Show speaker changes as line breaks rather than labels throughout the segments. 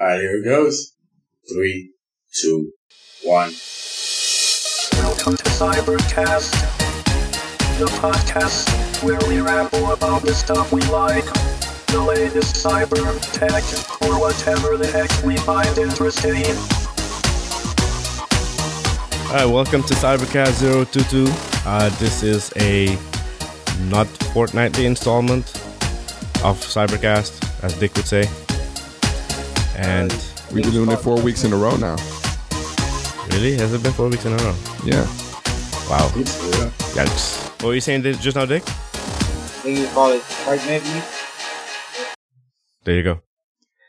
Alright, here it goes. Three, two, one.
Welcome to Cybercast, the podcast where we ramble about the stuff we like, the latest cyber tech, or whatever the heck we find interesting.
All right, welcome to Cybercast 022. Uh, this is a not fortnightly installment of Cybercast, as Dick would say. And
We've been doing it four weeks in a row now.
really, has it been four weeks in a row?
Yeah.
Wow,
Yeah.
yikes! What were you saying just now, Dick?
think you call it pregnant meat.
There you go.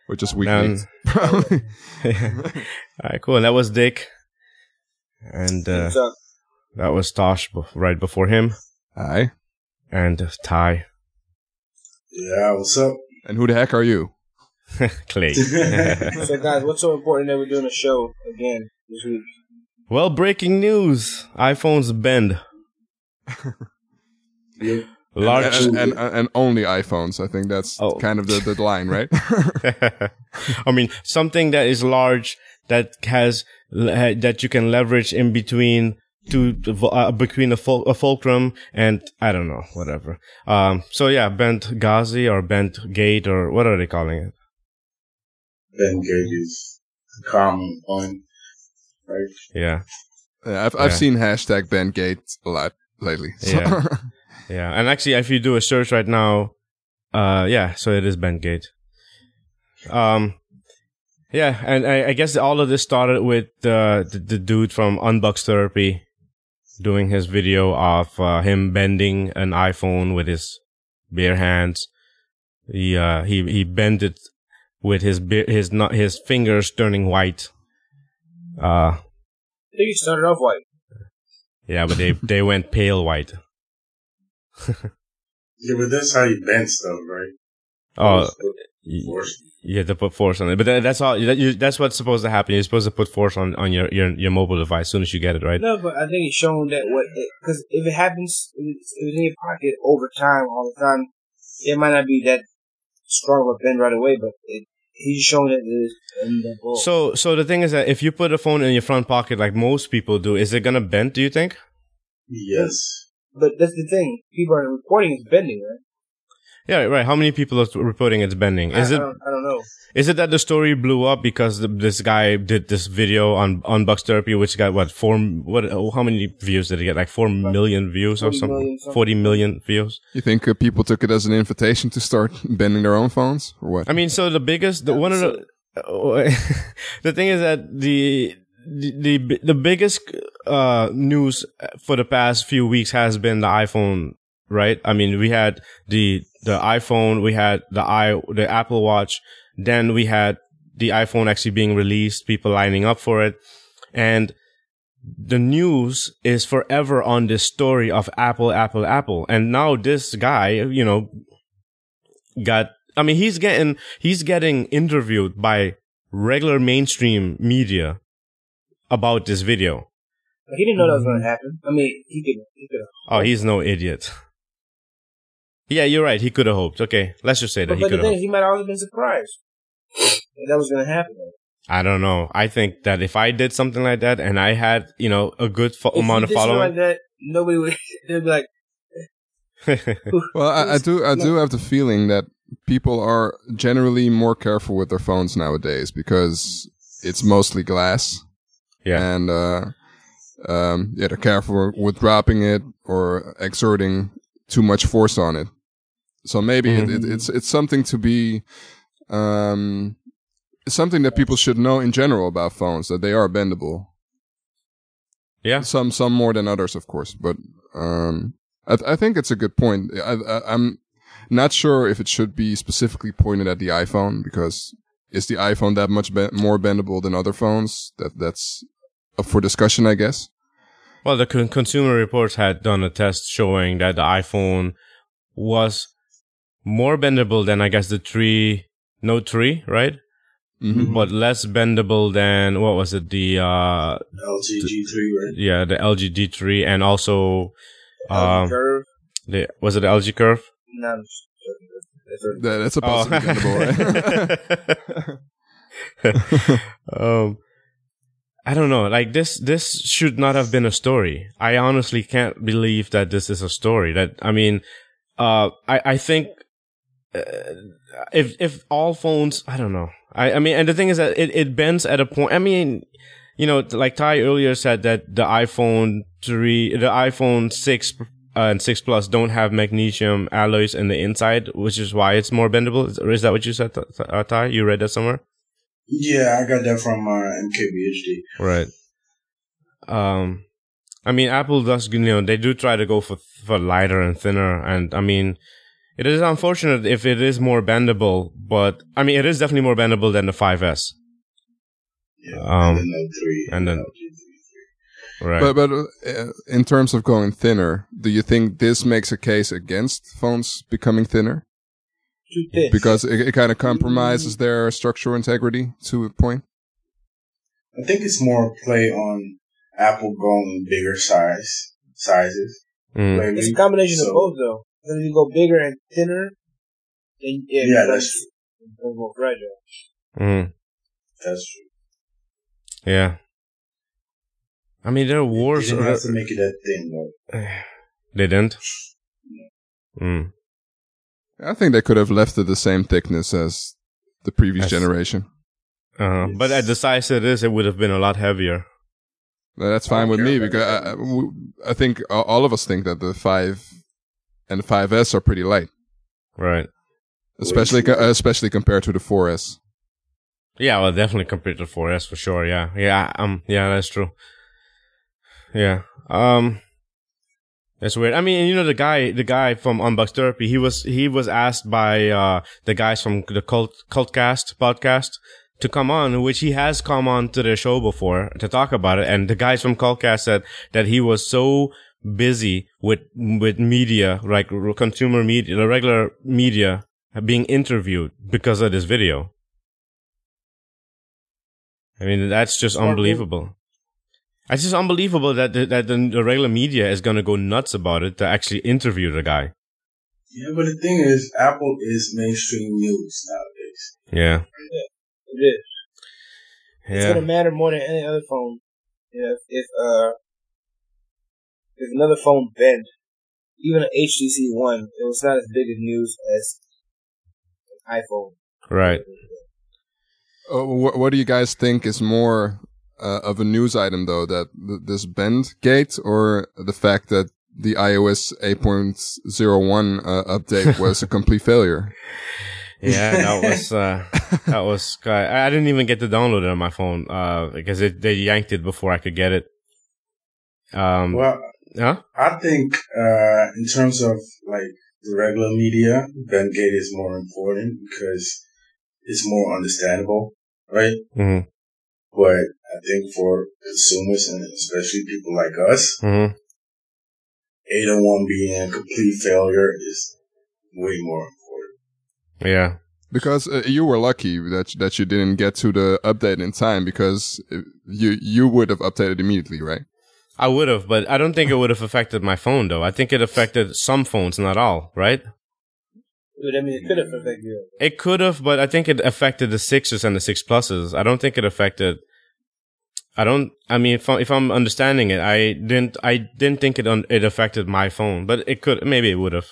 Or just week
Um,
weeks. Probably.
All right, cool. And that was Dick, and uh,
What's up?
that was Tosh bef- right before him,
Hi.
and Ty
Yeah, what's up?
And who the heck are you?
Clay.
So guys, what's so important that we're doing a show again this week?
well, breaking news: iPhones bend.
Yep.
Large
And, and, and, and only iPhones. I think that's
Oh.
kind of the, the line, right?
I mean, something that is large that has le- that you can leverage in between two uh, between a, ful- a fulcrum and I don't know whatever. Um, so yeah, bent Ghazi or bent gate or what are they calling it?
Ben Gage is the common one. Right?
Yeah,
yeah, I've, I've
Yeah.
seen hashtag Ben Gates a lot lately. So-
Yeah. yeah. And actually, if you do a search right now, uh, yeah, so it is bent gate. Um, yeah, and I, I guess all of this started with uh, the, the dude from Unbox Therapy doing his video of uh, him bending an iPhone with his bare hands. He uh, he he bent it with his bare, his not his fingers turning white. Uh,
I think you started off white.
yeah, but they they went pale white.
Yeah, but that's how you bend stuff, right?
Oh,
Of course.
You have to put force on it, but that, that's all. That, you, that's what's supposed to happen. You're supposed to put force on, on your, your your mobile device as soon as you get it, right?
No, but I think it's shown that what because if it happens, if it's if it's in your pocket over time, all the time, it might not be that strong of a bend right away, but it, he's shown that it is in the ball.
So so the thing is that if you put a phone in your front pocket like most people do, is it gonna bend? Do you think?
Yes.
but that's the thing, people are reporting it's bending, right?
Yeah, right. How many people are reporting it's bending? Is
I,
it
I, don't, I don't know.
is it that the story blew up because the, this guy did this video on on Bucks Therapy, which got what four what oh, how many views did it get? Like four million views or
40
something?
million something.
Forty million views.
you think uh, people took it as an invitation to start bending their own phones or what?
I mean, so the biggest, the one of the, the thing is that the, the, the, the biggest, uh, news for the past few weeks has been the iPhone, right? I mean, we had the, the iPhone, we had the i, the Apple Watch, then we had the iPhone actually being released, people lining up for it. And the news is forever on this story of Apple, Apple, Apple. And now this guy, you know, got I mean he's getting he's getting interviewed by regular mainstream media about this video.
But he didn't know that was
Mm-hmm.
going to happen. I mean, he could, he could.
Oh, he's no idiot. Yeah, you're right. He could have hoped. Okay, let's just say that
But,
he
but the
could
thing
have.
is, he might have also been surprised that, that was going to happen.
I don't know. I think that if I did something like that and I had, you know, a good fo-
If
amount
you
of
did something like
following,
that, nobody would. They'd be like,
well, I, I do, I do have the feeling that people are generally more careful with their phones nowadays because it's mostly glass.
yeah,
and uh, um, yeah, they're careful with dropping it or exerting too much force on it. So maybe it, it, it's it's something to be um, something that people should know in general about phones that they are bendable.
yeah,
Some some more than others, of course, but um, I, I think it's a good point. I, I, I'm not sure if it should be specifically pointed at the iPhone because is the iPhone that much ben- more bendable than other phones? That that's up for discussion, I guess.
Well, the con- Consumer Reports had done a test showing that the iPhone was more bendable than I guess the three Note three, right?
Mhm.
But less bendable than what was it? The
LTG3,
uh,
right?
yeah, the LG D three, and also
uh,
um,
curve.
the, was it the LG Curve?
No, I'm just joking. That's a-
Oh.
That- that's a possibility. bendable, right?
um, I don't know. Like this, this should not have been a story. I honestly can't believe that this is a story. That I mean, uh, I I think uh, if if all phones, I don't know. I I mean, and the thing is that it it bends at a point. I mean, you know, like Ty earlier said that the iPhone three, the iPhone six uh, and six plus don't have magnesium alloys in the inside, which is why it's more bendable. Is, is that what you said, Th- Th- uh, Ty? You read that somewhere?
Yeah, I got that from uh, MKBHD.
Right. Um, I mean, Apple does, you know, they do try to go for for lighter and thinner, and I mean, it is unfortunate if it is more bendable, but I mean, it is definitely more bendable than the 5S.
Yeah, and
Um,
then Note 3.
and then-
Note 3.
Right.
But but uh, in terms of going thinner, do you think this makes a case against phones becoming thinner
Too thick.
because it, it kind of compromises their structural integrity to a point?
I think it's more a play on Apple going bigger size sizes.
Mm.
lately.
It's a combination
So-
of both, though. Because if you go bigger and thinner, then yeah,
Yeah,
becomes-
that's
becomes more fragile.
Mm.
That's true.
Yeah. I mean, there are
You
wars.
didn't have to make it that thing though.
They didn't. Mm.
I think they could have left it the same thickness as the previous
As-
generation.
Uh, But at the size it is, it would have been a lot heavier.
Now, That's
I don't
fine with
care
me
about
because I, I- w- I think a- all of us think that the five and the 5S are pretty light,
Right.
especially co- especially compared to the 4S.
Yeah, well, definitely compared to 4S for sure. Yeah. Yeah. Um, yeah, that's true. Yeah. Um, that's weird. I mean, you know, the guy, the guy from Unbox Therapy, he was, he was asked by, uh, the guys from the cult, cultcast podcast to come on, which he has come on to their show before to talk about it. And the guys from cultcast said that he was so busy with, with media, like r- consumer media, the regular media being interviewed because of this video. I mean, that's just
Smart move.
unbelievable. It's just unbelievable that the, that the, the regular media is gonna go nuts about it to actually interview the guy.
Yeah, but the thing is, Apple is mainstream news nowadays.
Yeah,
It is. It's
yeah,
gonna matter more than any other phone. You know, if, if uh, if another phone bent, even an HTC One, it was not as big a news as an iPhone.
right.
Oh, wh- what do you guys think is more uh, of a news item, though, that th- this bend gate or the fact that the iOS 8.01 uh, update was a complete failure?
Yeah, that was uh, that was. I I didn't even get to download it on my phone uh, because it, they yanked it before I could get it. Um,
Well,
huh?
I think uh, in terms of like the regular media, Ben Gate is more important because it's more understandable, right?
hmm
But I think for consumers and especially people like us,
hmm
801 being a complete failure is way more important.
Yeah,
Because uh, you were lucky that that you didn't get to the update in time, because uh, you you would have updated immediately, right?
I would have, but I don't think it would have affected my phone though. I think it affected some phones, not all. Right?
Dude, I mean, it could have
Mm.
affected you.
It could have, but I think it affected the sixes and the six pluses. I don't think it affected. I don't. I mean, if, I, if I'm understanding it, I didn't. I didn't think it un, it affected my phone, but it could. Maybe it would have.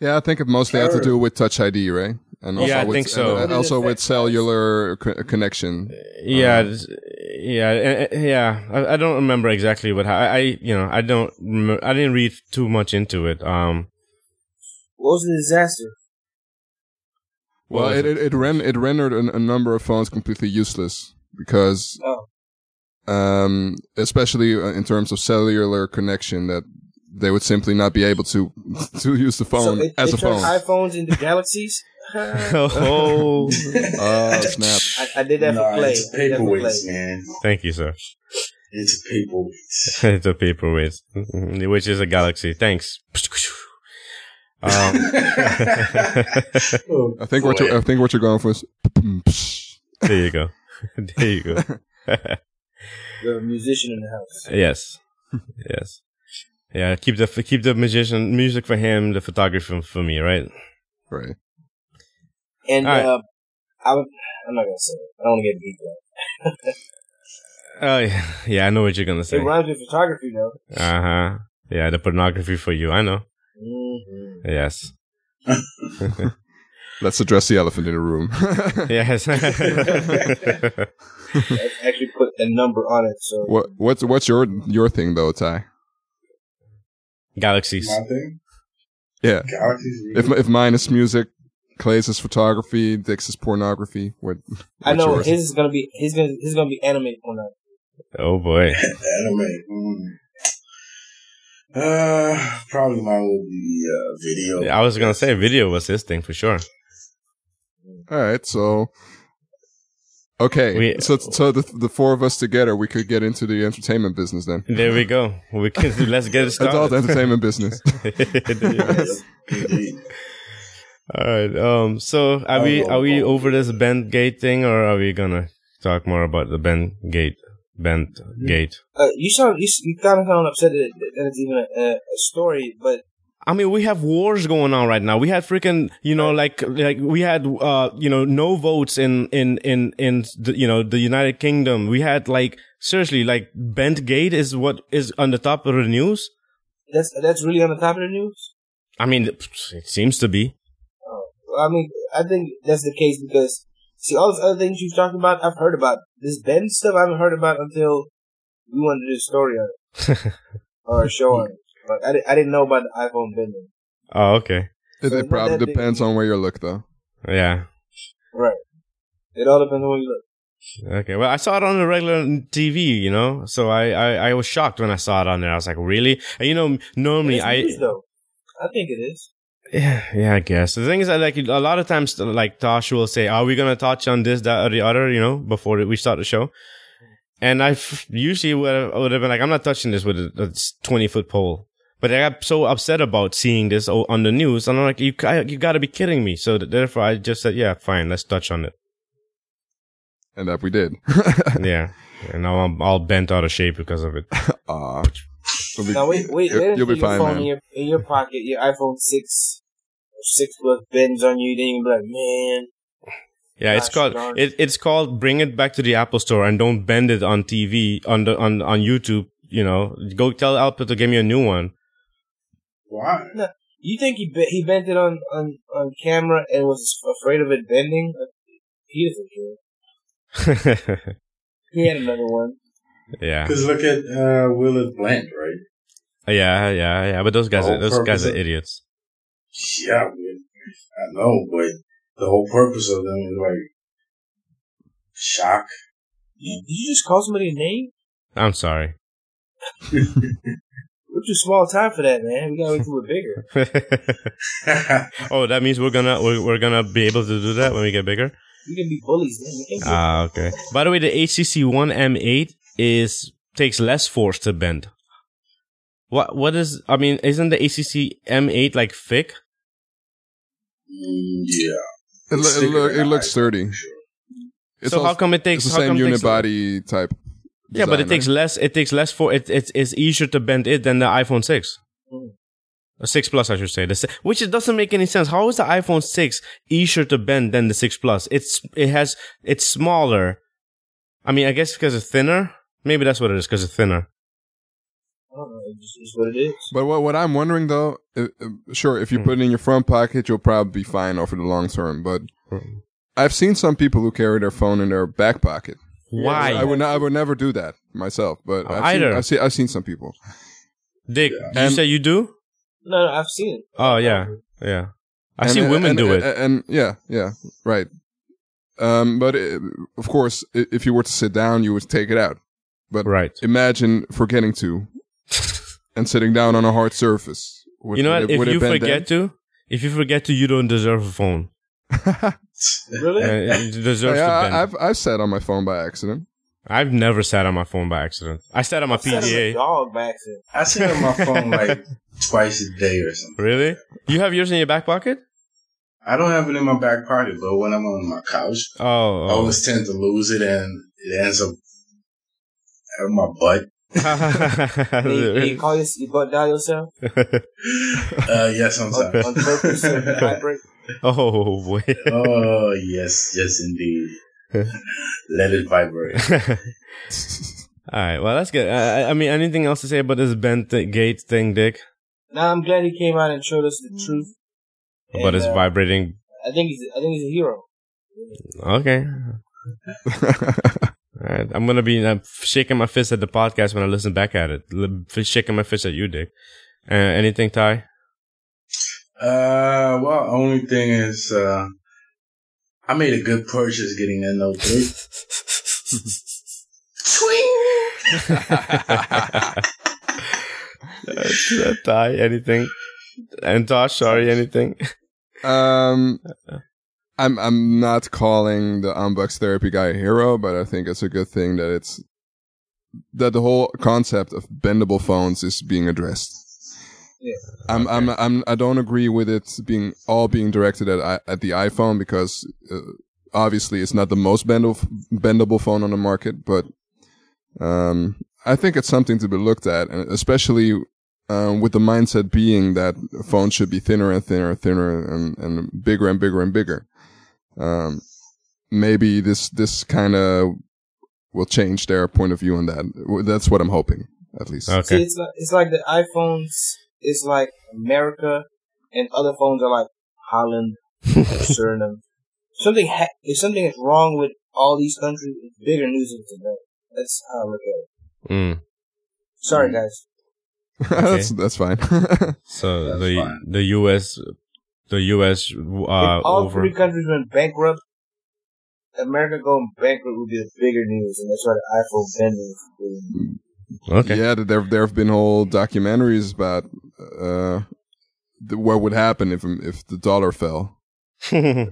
Yeah, I think it mostly had to
Sure.
do with Touch ID, right? And
Yeah, I
with,
think so.
And, uh, also with cellular co- connection.
Yeah, it's- yeah, eh, eh, yeah. I, I don't remember exactly what. ha- I, I you know, I don't. remem- I didn't read too much into it. Um.
What was the disaster?
Well,
what was
it, it it ren- it rendered an, a number of phones completely useless because,
Oh.
um, especially uh, in terms of cellular connection, that they would simply not be able to to use the phone
so it,
as
it
a phone.
turns iPhones into galaxies. I,
oh,
oh snap!
I did that for
Nah,
play.
it's
I did that for
paperweights,
play.
man.
thank you, sir.
It's paperweights.
it's a paperweight, which is a galaxy. Thanks. Um,
I think what you I think what you're going for is.
there you go. there you go.
The musician in the house.
Yes. yes. Yeah, keep the keep the magician music for him, the photography for me, right?
Right.
And
All right.
uh, I would, I'm not gonna say it. I don't want to get beat though.
Oh yeah, yeah, I know what you're gonna say.
It rhymes with photography though.
Uh huh. Yeah, the pornography for you. I know.
Mm-hmm.
Yes.
Let's address the elephant in the room.
Yes.
I actually put a number on it, so
what what's what's your your thing though, Ty?
Galaxies.
My thing.
Yeah.
Galaxy's
If if mine is music, Clay's is photography, Dick's is pornography. What?
I
what's
know
yours?
his is gonna be his gonna his gonna be anime porno.
Oh boy.
anime. Mm. Uh, probably mine will be uh, video.
I was gonna say video was his thing for sure.
All right, so okay,
We-
so so the the four of us together, we could get into the entertainment business then.
There we go. We can let's get it
Adult
started.
entertainment business.
Indeed.
All right. Um. So are we are we over this bent gate thing, or are we gonna talk more about the bent gate? Bent gate.
Uh, you sound you, s- you kind of sound upset that, that it's even a, a, a story, but
I mean, we have wars going on right now. We had freaking, you know, like, like we had, uh, you know, no votes in, in, in, in, the, you know, the United Kingdom. We had like, seriously, like bent gate is what is on the top of the news.
that's that's really on the top of the news.
I mean, it seems to be.
I mean, I think that's the case because see all those other things you've talked about, I've heard about this Ben stuff. I haven't heard about until we wanted to do a story on it or a show on it. But I, di- I didn't know about the iPhone Ben. thing.
Oh, okay.
It, it probably depends on where you look, though.
Yeah.
Right. It all depends on where you look.
Okay. Well, I saw it on the regular TV, you know, so I, I, I was shocked when I saw it on there. I was like, really? And you know, normally
It's
I,
news, though. I think it is.
Yeah, yeah, I guess. The thing is that like a lot of times like Tosh will say, "Are we gonna touch on this, that, or the other?" You know, before we start the show. And I f- usually would have, would have been like, "I'm not touching this with a twenty foot pole." But I got so upset about seeing this o- on the news, and I'm like, "You ca- you gotta be kidding me!" So th- therefore, I just said, "Yeah, fine, let's touch on it."
And that we did.
yeah, and now I'm all bent out of shape because of it.
Ah, You'll be-
Now wait, wait,
you'll-
wait until
you'll be
your
fine,
phone
man.
in your in your pocket, your iPhone six, six plus bends on you. Then you be like, man,
Yeah, it's
Gosh
called
darn.
it, it's called bring it back to the Apple Store and don't bend it on TV on the on on YouTube. You know, go tell Apple to give me a new one.
Why?
you think he be- he bent it on, on on camera and was afraid of it bending? Uh, He doesn't care. He had another one.
yeah,
Because look at uh, Willard Blant, right?
yeah, yeah, yeah. But those guys, are,
Whole
those guys
purpose
are
of-
idiots.
Yeah, man. I know, but the whole purpose of them is like shock.
You, you just call somebody a name?
I'm sorry.
We're too small time for that, man. We gotta wait till we're bigger.
oh, that means we're gonna we're, we're gonna be able to do that when we get bigger.
We can be bullies, man. We can't be
Ah, okay. By the way, the HCC One M8 is takes less force to bend. What what is? I mean, isn't the HCC M8 like thick?
Mm, yeah.
It, lo- it, lo- it looks sturdy. It's
so how
also-
come it takes
it's the
how
same
come it
unibody
takes-
body type.
Yeah, but it
design,
takes
right?
less. It takes less for it. It's it's easier to bend it than the iPhone six,
Mm.
a six plus, I should say. The, si- which it doesn't make any sense. How is the iPhone six easier to bend than the six plus? It's it has it's smaller. I mean, I guess because it's thinner. Maybe that's what it is because it's thinner.
I don't know. It's just what it is.
But what what I'm wondering though, uh, uh, sure, if you
Hmm.
put it in your front pocket, you'll probably be fine over the long term. But I've seen some people who carry their phone in their back pocket.
Why,
I would not, I would never do that myself. But I've
Either.
seen, I've seen I've seen some people.
Dick? You
And-
say you do?
No, no, I've seen it.
Oh yeah, yeah. I
And-
see women
and-
do it.
and, and- yeah, yeah, right. Um, but uh of course, i- if you were to sit down, you would take it out. But
right.
imagine forgetting to and sitting down on a hard surface. Would-
you know
would
what?
it-
If
would it
you
bend
forget to, if you forget to, you don't deserve a phone.
down?
Really?
Uh, it deserves
yeah,
to bend.
I, I've I've sat on my phone by accident.
I've never sat on my phone by accident. I sat on my
I said I'm a
PDA.
dog by accident.
I sit on my phone like twice a day or something.
Really? You have yours in your back pocket?
I don't have it in my back pocket, but when I'm on my couch, I
Oh, oh.
always tend to lose it, and it ends up at my butt.
oh.
You, you call this, you butt down yourself
Uh, yeah,
on, on
sometimes.
purpose. uh, so you vibrate.
Oh boy.
oh yes, yes indeed. Let it vibrate.
All right. Well, that's good. I, I- I mean, anything else to say about this Ben th- Gates thing, Dick?
Now I'm glad he came out and showed us the truth.
About
And,
his
uh,
vibrating.
I think he's I think he's a hero.
Okay. All right. I'm gonna be uh, shaking my fist at the podcast when I listen back at it. L- f- shaking my fist at you, Dick. Uh, anything, Ty?
Uh, well, only thing is, uh, I made a good purchase getting that note three.
Uh, Ty, anything? And Tosh, sorry, anything?
um, I'm I'm not calling the unbox therapy guy a hero, but I think it's a good thing that it's that the whole concept of bendable phones is being addressed.
Yeah.
I'm, I'm, I'm, I don't agree with it being all being directed at I- at the iPhone because uh, obviously it's not the most bendable bendable phone on the market, but um, I think it's something to be looked at, and especially um, with the mindset being that phones should be thinner and thinner and thinner and, and bigger and bigger and bigger. Um, maybe this this kind of will change their point of view on that. W- That's what I'm hoping, at least.
See,
Okay.
it's like it's like the iPhones. It's like America, and other phones are like Holland, or Suriname. Something ha- if something is wrong with all these countries, it's bigger news than today. That's how I look at it.
Mm.
Sorry, guys.
that's that's fine.
So
That's
the
fine.
the U.S. the U.S. uh,
if all
over.
three countries went bankrupt, America going bankrupt would be the bigger news, and that's why the iPhone bending is doing.
okay.
Yeah, there there have been whole documentaries about uh, the, what would happen if if the dollar fell,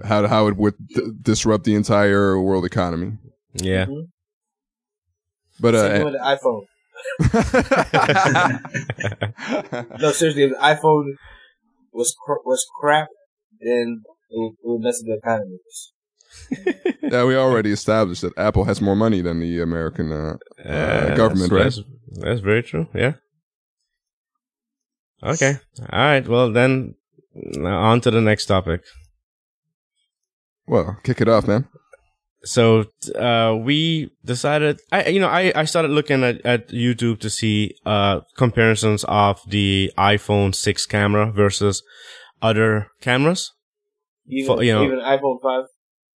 how how it would d- disrupt the entire world economy.
yeah.
But
Same thing
uh,
with the iPhone. No, seriously, if the iPhone was cr- was crap, then it would, it would mess up the economy.
yeah, we already established that Apple has more money than the American. Uh,
Uh,
government,
that's, That's, that's very true. Yeah. Okay. All right. Well, then now on to the next topic.
well, kick it off, man.
So t- uh, we decided, I you know, I, I started looking at, at YouTube to see uh, comparisons of the iPhone 6 camera versus other cameras.
Even,
Fo- you know-
even iPhone five.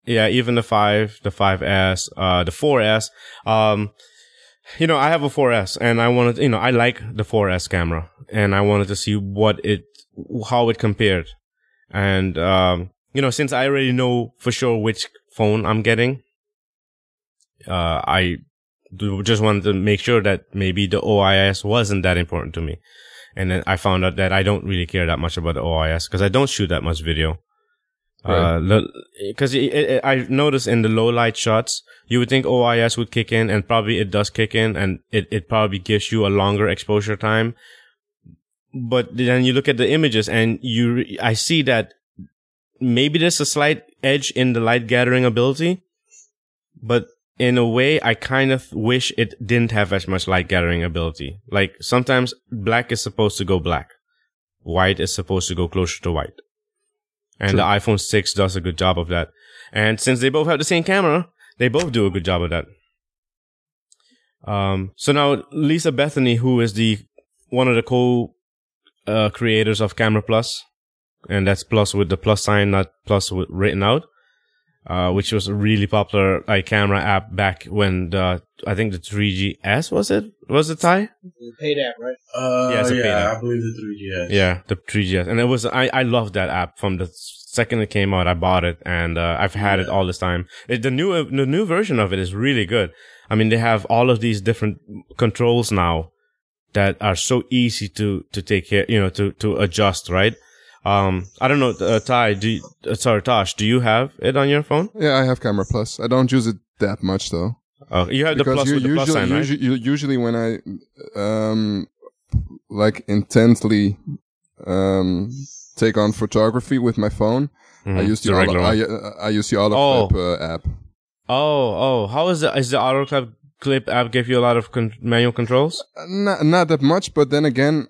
Yeah, even the 5, the 5S, uh, the 4S. Um, you know, I have a 4S and I wanted, you know, I like the 4S camera and I wanted to see what it, how it compared. And, um, you know, since I already know for sure which phone I'm getting, uh, I do- just wanted to make sure that maybe the OIS wasn't that important to me. And then I found out that I don't really care that much about the OIS because I don't shoot that much video. Uh,
Right.
Because I noticed in the low light shots, you would think OIS would kick in, and probably it does kick in, and it, it probably gives you a longer exposure time. But then you look at the images, and you re- I see that maybe there's a slight edge in the light gathering ability, but in a way, I kind of wish it didn't have as much light gathering ability. Like sometimes black is supposed to go black, white is supposed to go closer to white, and the iPhone six does a good job of that. And since they both have the same camera, they both do a good job of that. Um, so now Lisa Bethany, who is the one of the co uh, creators of Camera Plus, and that's plus with the plus sign, not plus with written out, uh, which was a really popular like camera app back when the I think the 3GS was it was it Ty?
It's a paid app, right?
Uh,
Yeah,
yeah,
it's a beta.
I believe the 3GS.
Yeah, the 3GS, and it was I I loved that app from the second it came out. I bought it, and uh, I've had it all this time. It, the new the new version of it is really good. I mean, they have all of these different controls now that are so easy to to take care, you know, to to adjust, right? Um, I don't know, uh, Ty. Do you, uh, sorry, Tosh. Do you have it on your phone?
Yeah, I have Camera Plus. I don't use it that much though,
Uh, you have the plus
you
with the
usually,
plus sign, right?
usually, usually when I um like intently um take on photography with my phone, I
Mhm,
use the,
the
auto,
regular one.
I, uh, I use the auto
Oh.
clip uh, app.
Oh, oh, how is the is the auto clip clip app give you a lot of con- manual controls?
Not not that much, but then again,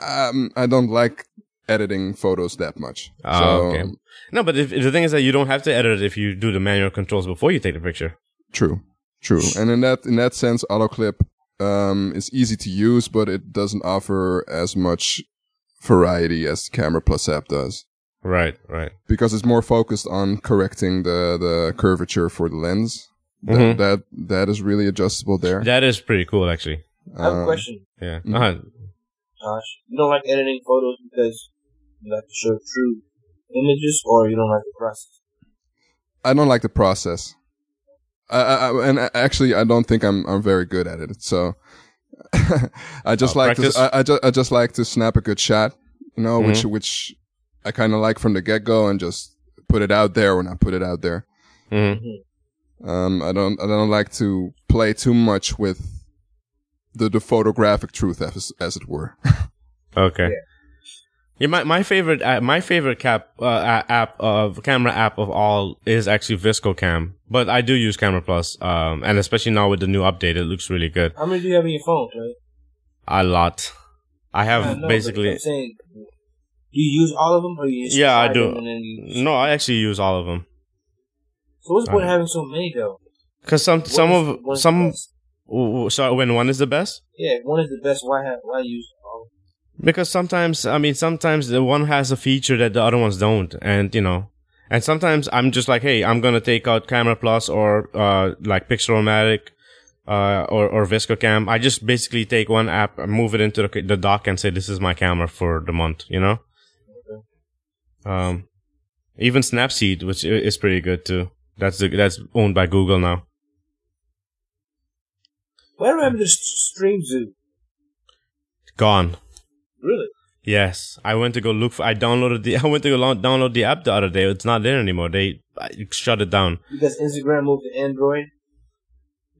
um, I don't like editing photos that much.
Ah, okay. No, but if, the thing is that you don't have to edit it if you do the manual controls before you take the picture.
True, true. And in that in that sense, AutoClip um, is easy to use, but it doesn't offer as much variety as Camera Plus app does
Right, right.
because it's more focused on correcting the the curvature for the lens. That
Mhm.
that, that is really adjustable there.
That is pretty cool, actually.
I have a
Uh-huh.
Uh,
question,
Yeah.
Mm.
Uh-huh.
Josh. You don't like editing photos because you like to show true images, or you don't like the process.
I don't like the process. I, I, I- and I- actually, I don't think I'm I'm very good at it. So I just
Oh,
like
practice? Mm-hmm.
to, I, I just I just like to snap a good shot, you know, which which I kind of like from the get go, and just put it out there when I put it out there.
Mhm.
Um, I don't I don't like to play too much with the the photographic truth as as it were.
Okay. Yeah. my my favorite uh, my favorite cap uh, a- app of camera app of all is actually ViscoCam, but I do use Camera Plus, um, and especially now with the new update, it looks really good.
How many do you have in your phone, right?
A lot. I have
I know, but
Um, basically
I'm saying, you use all of them, or you just
Yeah, I
try
do.
them and then you-
no, I actually use all of them
So what's the point
I-
of having so many though?
because some
What
some
is- what
of
is
some.
the best?
w- w- So when one is the best.
Yeah, if one is the best. Why have why use all?
Because sometimes, I mean, sometimes the one has a feature that the other ones don't, and you know, and sometimes I'm just like, hey, I'm gonna take out Camera Plus or uh, like Pixelomatic uh, or or ViscoCam. I just basically take one app, move it into the, the dock, and say this is my camera for the month. You know, um, even Snapseed, which i- is pretty good too. That's the, that's owned by Google now.
Whatever happened to Stream Zoo?
Gone.
Really?
Yes, I went to go look for. I downloaded the. I went to go lo- download the app the other day. It's not there anymore. They I shut it down.
Because Instagram moved to Android.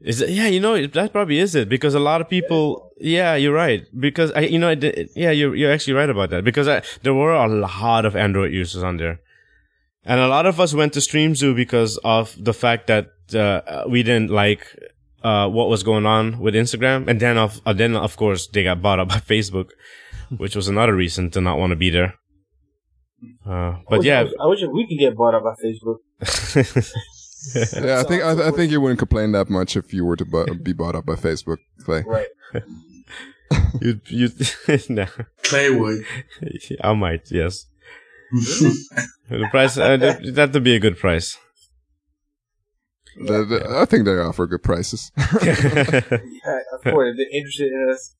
Is it? Yeah, you know it- that probably is it because a lot of people. Yeah, you're right. Because I, you know, I did, yeah, you're you're actually right about that because I, there were a lot of Android users on there, and a lot of us went to StreamZoo because of the fact that uh, we didn't like uh, what was going on with Instagram, and then of uh, then of course they got bought up by Facebook, which was another reason to not want to be there. Uh,
I
but
wish- I
yeah,
wish, I wish if we could get bought up by Facebook.
yeah, I
So-
think
so
I, I
what-
think you wouldn't complain that much if you were to bu- be bought up by Facebook. Clay.
Right.
you you no,
Clay would.
I might yes. The price uh, that- that'd be a good price.
The- the- I think they offer good prices.
Yeah, of course. If they're interested in us,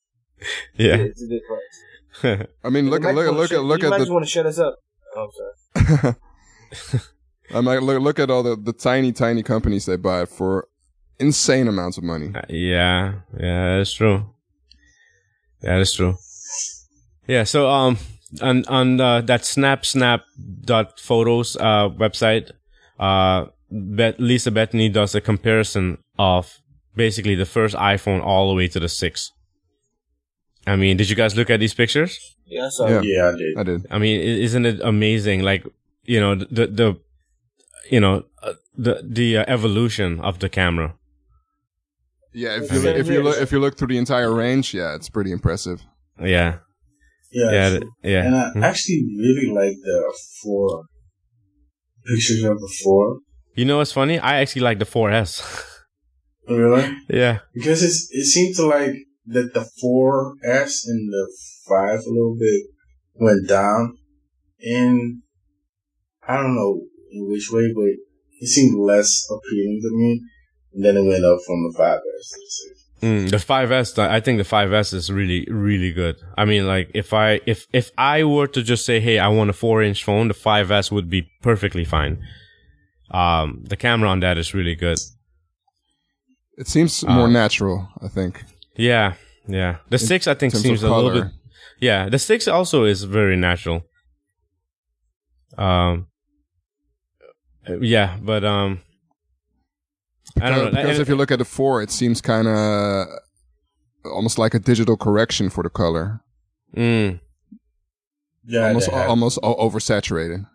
yeah.
it's a good price.
I mean, look
They
at
might
look at
wanna
look
shut-
at look
you might
at
just
the
want to shut us up. Oh, I'm sorry.
I mean, look, look at all the, the tiny tiny companies they buy for insane amounts of money.
Yeah. Yeah, that's true. That is true. Yeah, so um on on uh, that snap snap dot photos uh website, uh Bet- Lisa Bethany does a comparison of basically the first iPhone all the way to the six. I mean, did you guys look at these pictures?
Yeah, sorry.
Yeah.
Yeah, I did.
I did.
I mean, i- isn't it amazing? Like, you know, the the, you know, uh, the the uh, evolution of the camera.
Yeah, if
It's
you look,
the
if you look
years.
if you look through the entire range, yeah, it's pretty impressive.
Yeah,
Yeah,
yeah, th- yeah.
And I
Hmm.
actually really like the four pictures of the four.
you know what's funny? I actually like the 4S.
Really?
yeah,
Because it's, it seemed to like that the four S and the five a little bit went down in I don't know in which way, but it seemed less appealing to me. And then it went up from the five S to the six.
mm, the 5S. th- I think the 5S is really, really good. I mean, like if I if if I were to just say, hey, I want a four inch phone, the 5S would be perfectly fine. Um, the camera on that is really good.
It seems more
Um,
natural, I think.
Yeah, yeah. The six, I
In
think,
terms
seems
of
a
color.
little bit Yeah, the six also is very natural. Um, uh, yeah, but um, I don't know.
because
And-
if you look at the four, it seems kind of almost like a digital correction for the color,
mm,
Yeah,
almost
that had-
um,
almost o- oversaturated.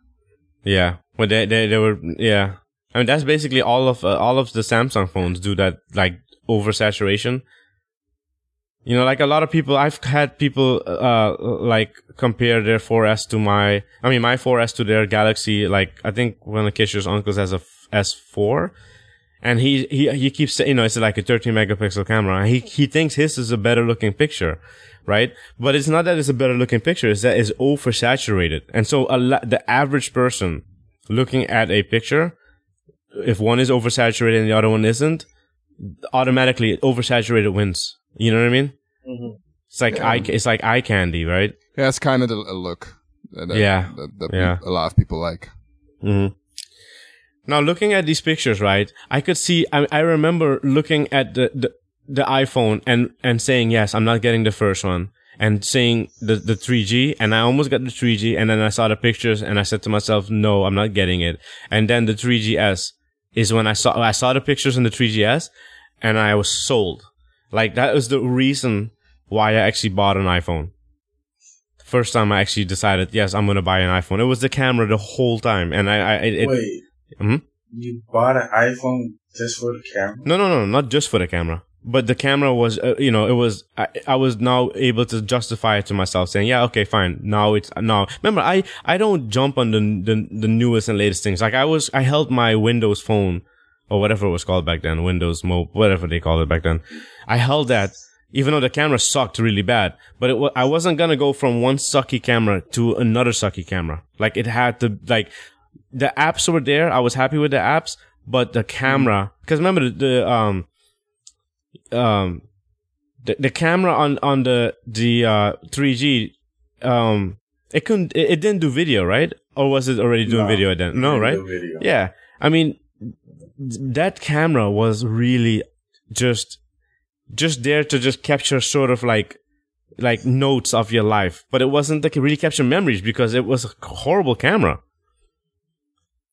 yeah, but they they they were yeah. I mean, that's basically all of uh, all of the Samsung phones do that like oversaturation. You know, like a lot of people, I've had people, uh, like compare their 4S to my, I mean, my 4S to their Galaxy. Like, I think one of Kisher's uncles has a f- S4 and he, he, he keeps saying, you know, it's like a 13 megapixel camera. And he, he thinks his is a better looking picture, right? But it's not that it's a better looking picture. It's that it's oversaturated. And so a la- the average person looking at a picture, if one is oversaturated and the other one isn't, automatically oversaturated wins. You know what I mean?
Mhm.
It's like eye, it's like eye candy, right?
Yeah, it's kind of the, a look. That, that-
Yeah.
that, that
Yeah.
a lot of people like.
Mm-hmm. Now looking at these pictures, right? I could see. I, I remember looking at the, the the iPhone and and saying, yes, I'm not getting the first one, and saying the the 3G, and I almost got the 3G, and then I saw the pictures, and I said to myself, no, I'm not getting it. And then the 3GS is when I saw I saw the pictures in the 3GS, and I was sold. Like that was the reason why I actually bought an iPhone first time I actually decided, yes, I'm gonna buy an iPhone. It was the camera the whole time, and I, I it, it-
Wait.
Mhm.
You bought an iPhone just for the camera?
no, no, no, not just for the camera, but the camera was, uh, you know, it was, I, I was now able to justify it to myself, saying, yeah, okay, fine, now it's now. Remember, I, I don't jump on the the, the newest and latest things. Like I was, I held my Windows phone or whatever it was called back then, Windows Mo, whatever they called it back then. I held that. Even though the camera sucked really bad, but it wa- I wasn't gonna go from one sucky camera to another sucky camera. Like it had to, like the apps were there. I was happy with the apps, but the camera, because remember the, the um um the, the camera on on the the uh 3G um it couldn't it, it didn't do video right or was it already doing
No.
video then? No, right?
Video, video.
Yeah. I mean, th- that camera was really just, just there to just capture sort of like, like notes of your life, but it wasn't like it really capture memories because it was a horrible camera.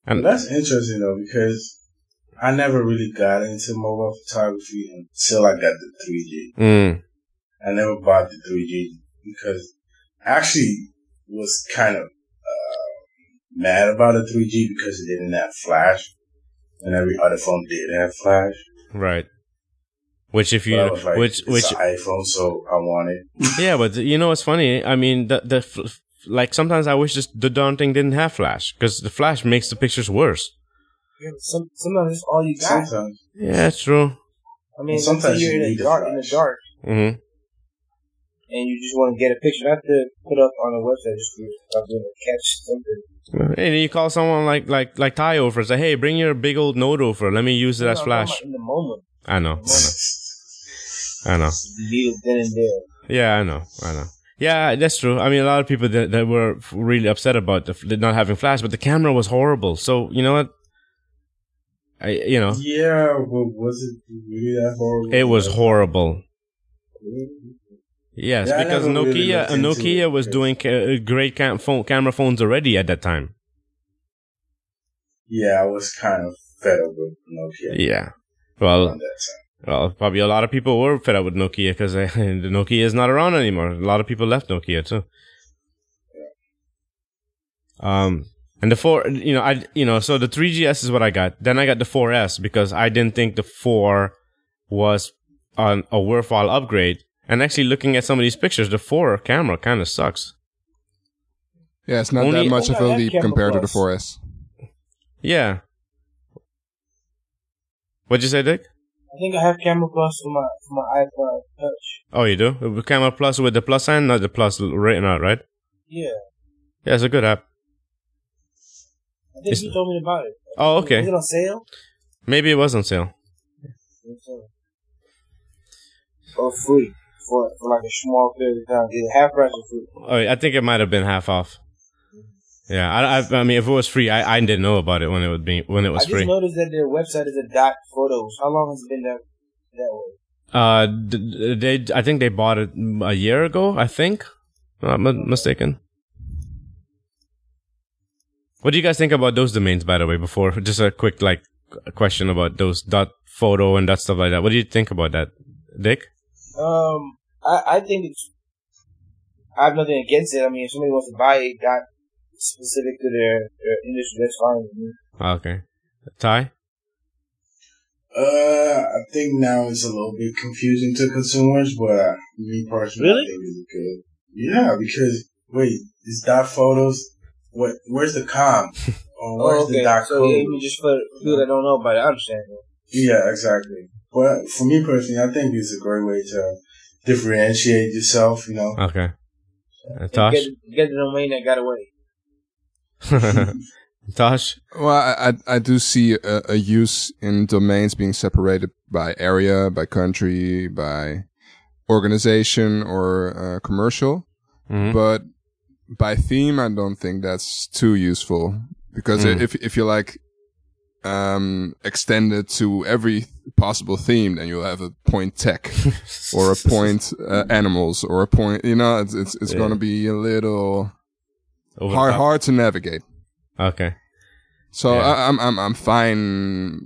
And
That's interesting though because I never really got into mobile photography until I got the 3G.
Mm,
I never bought the 3G because I actually was kind of uh, mad about the 3G because it didn't have flash, and every other phone did have flash.
right. Which if
But
you,
I was like,
which,
it's
which,
an iPhone, so I want it.
yeah, but you know what's funny? I mean, the, the, f- f- like sometimes I wish this, the darn thing didn't have flash because the flash makes the pictures worse.
Yeah, some, sometimes that's all you got.
Sometimes
Yeah, true.
I mean,
Sometimes
sometimes you're
you
in
need
the
the
dark, in the
flash.
dark,
hmm
and you just want to get a picture. I have to put up on a website just to I'm going to catch something.
And then you call someone like like like Ty over and say, "Hey, bring your big old note over. Let me use it as
No, I'm
flash."
talking about In the moment,
I know, I know, I know.
you need it then and there.
Yeah, I know, I know. Yeah, that's true. I mean, a lot of people that, that were really upset about the, f- not having flash, but the camera was horrible. So you know what? I you know
yeah, but was it really that horrible?
it was horrible. Yes,
Yeah, I
because
never really
Nokia
looked into
Nokia
it,
was
because-
doing ca- great cam- phone, camera phones already at that time.
Yeah, I was kind of fed up with Nokia
Yeah. Well,
around that time.
Well, probably a lot of people were fed up with Nokia because the Nokia is not around anymore. A lot of people left Nokia too. Um, and the four, you know, I, you know, so the 3GS is what I got. Then I got the 4S because I didn't think the 4 was an, a worthwhile upgrade. And actually, looking at some of these pictures, the 4 camera kind of sucks.
Yeah, it's not
Only-
that much of a
Well, that
leap
camera
compared to the
was-
4S.
Yeah. What'd you say, Dick?
I think I have Camera Plus for my for my iPhod Touch.
Oh, you do? Camera Plus with the plus sign, not the plus written out, right?
Yeah,
Yeah, it's a good app.
I think
It's-
you told me about it.
Oh,
Is
okay.
it on sale?
Maybe it was on sale.
Or free for, for like a small period of time. Either half price or free.
Oh, I think it might have been half off. Yeah, I, I, I mean, if it was free, I, I didn't know about it when it would be when it
I
was
just
free.
noticed that their website is a dot photos. How long has it been that that way?
Uh, d- d- they I think they bought it mm, a year ago. I think, If I'm not mistaken. What do you guys think about those domains, by the way? Before just a quick like qu- question about those dot photo and that stuff like that. What do you think about that, Dick?
Um, I, I think it's. I have nothing against it. I mean, if somebody wants to buy it, got specific to their, their industry, that's fine with me.
Okay, Ty.
Uh, I think now it's a little bit confusing to consumers, but I, me personally,
Really?
I think it's good. Yeah, because wait, is dot photos? What? Where's the com? Or where's
Oh, okay.
the dot
so
code?
even just for people that don't know about it, I understand. that.
Yeah, exactly. But for me personally, I think it's a great way to differentiate yourself. You
Uh-huh.
know,
Okay. Uh,
And
Tosh?
Get, get the domain that got away.
Tosh?
Well, I I, I do see a, a use in domains being separated by area, by country, by organization or uh, commercial,
Mhm.
but by theme, I don't think that's too useful because
Mm.
if if you like um extend it to every possible theme then you'll have a point tech or a point uh, animals or a point you know it's it's, it's
Yeah.
going to be a little
Over the
hard
top.
hard to navigate
Okay.
so
Yeah.
I, I'm I'm I'm fine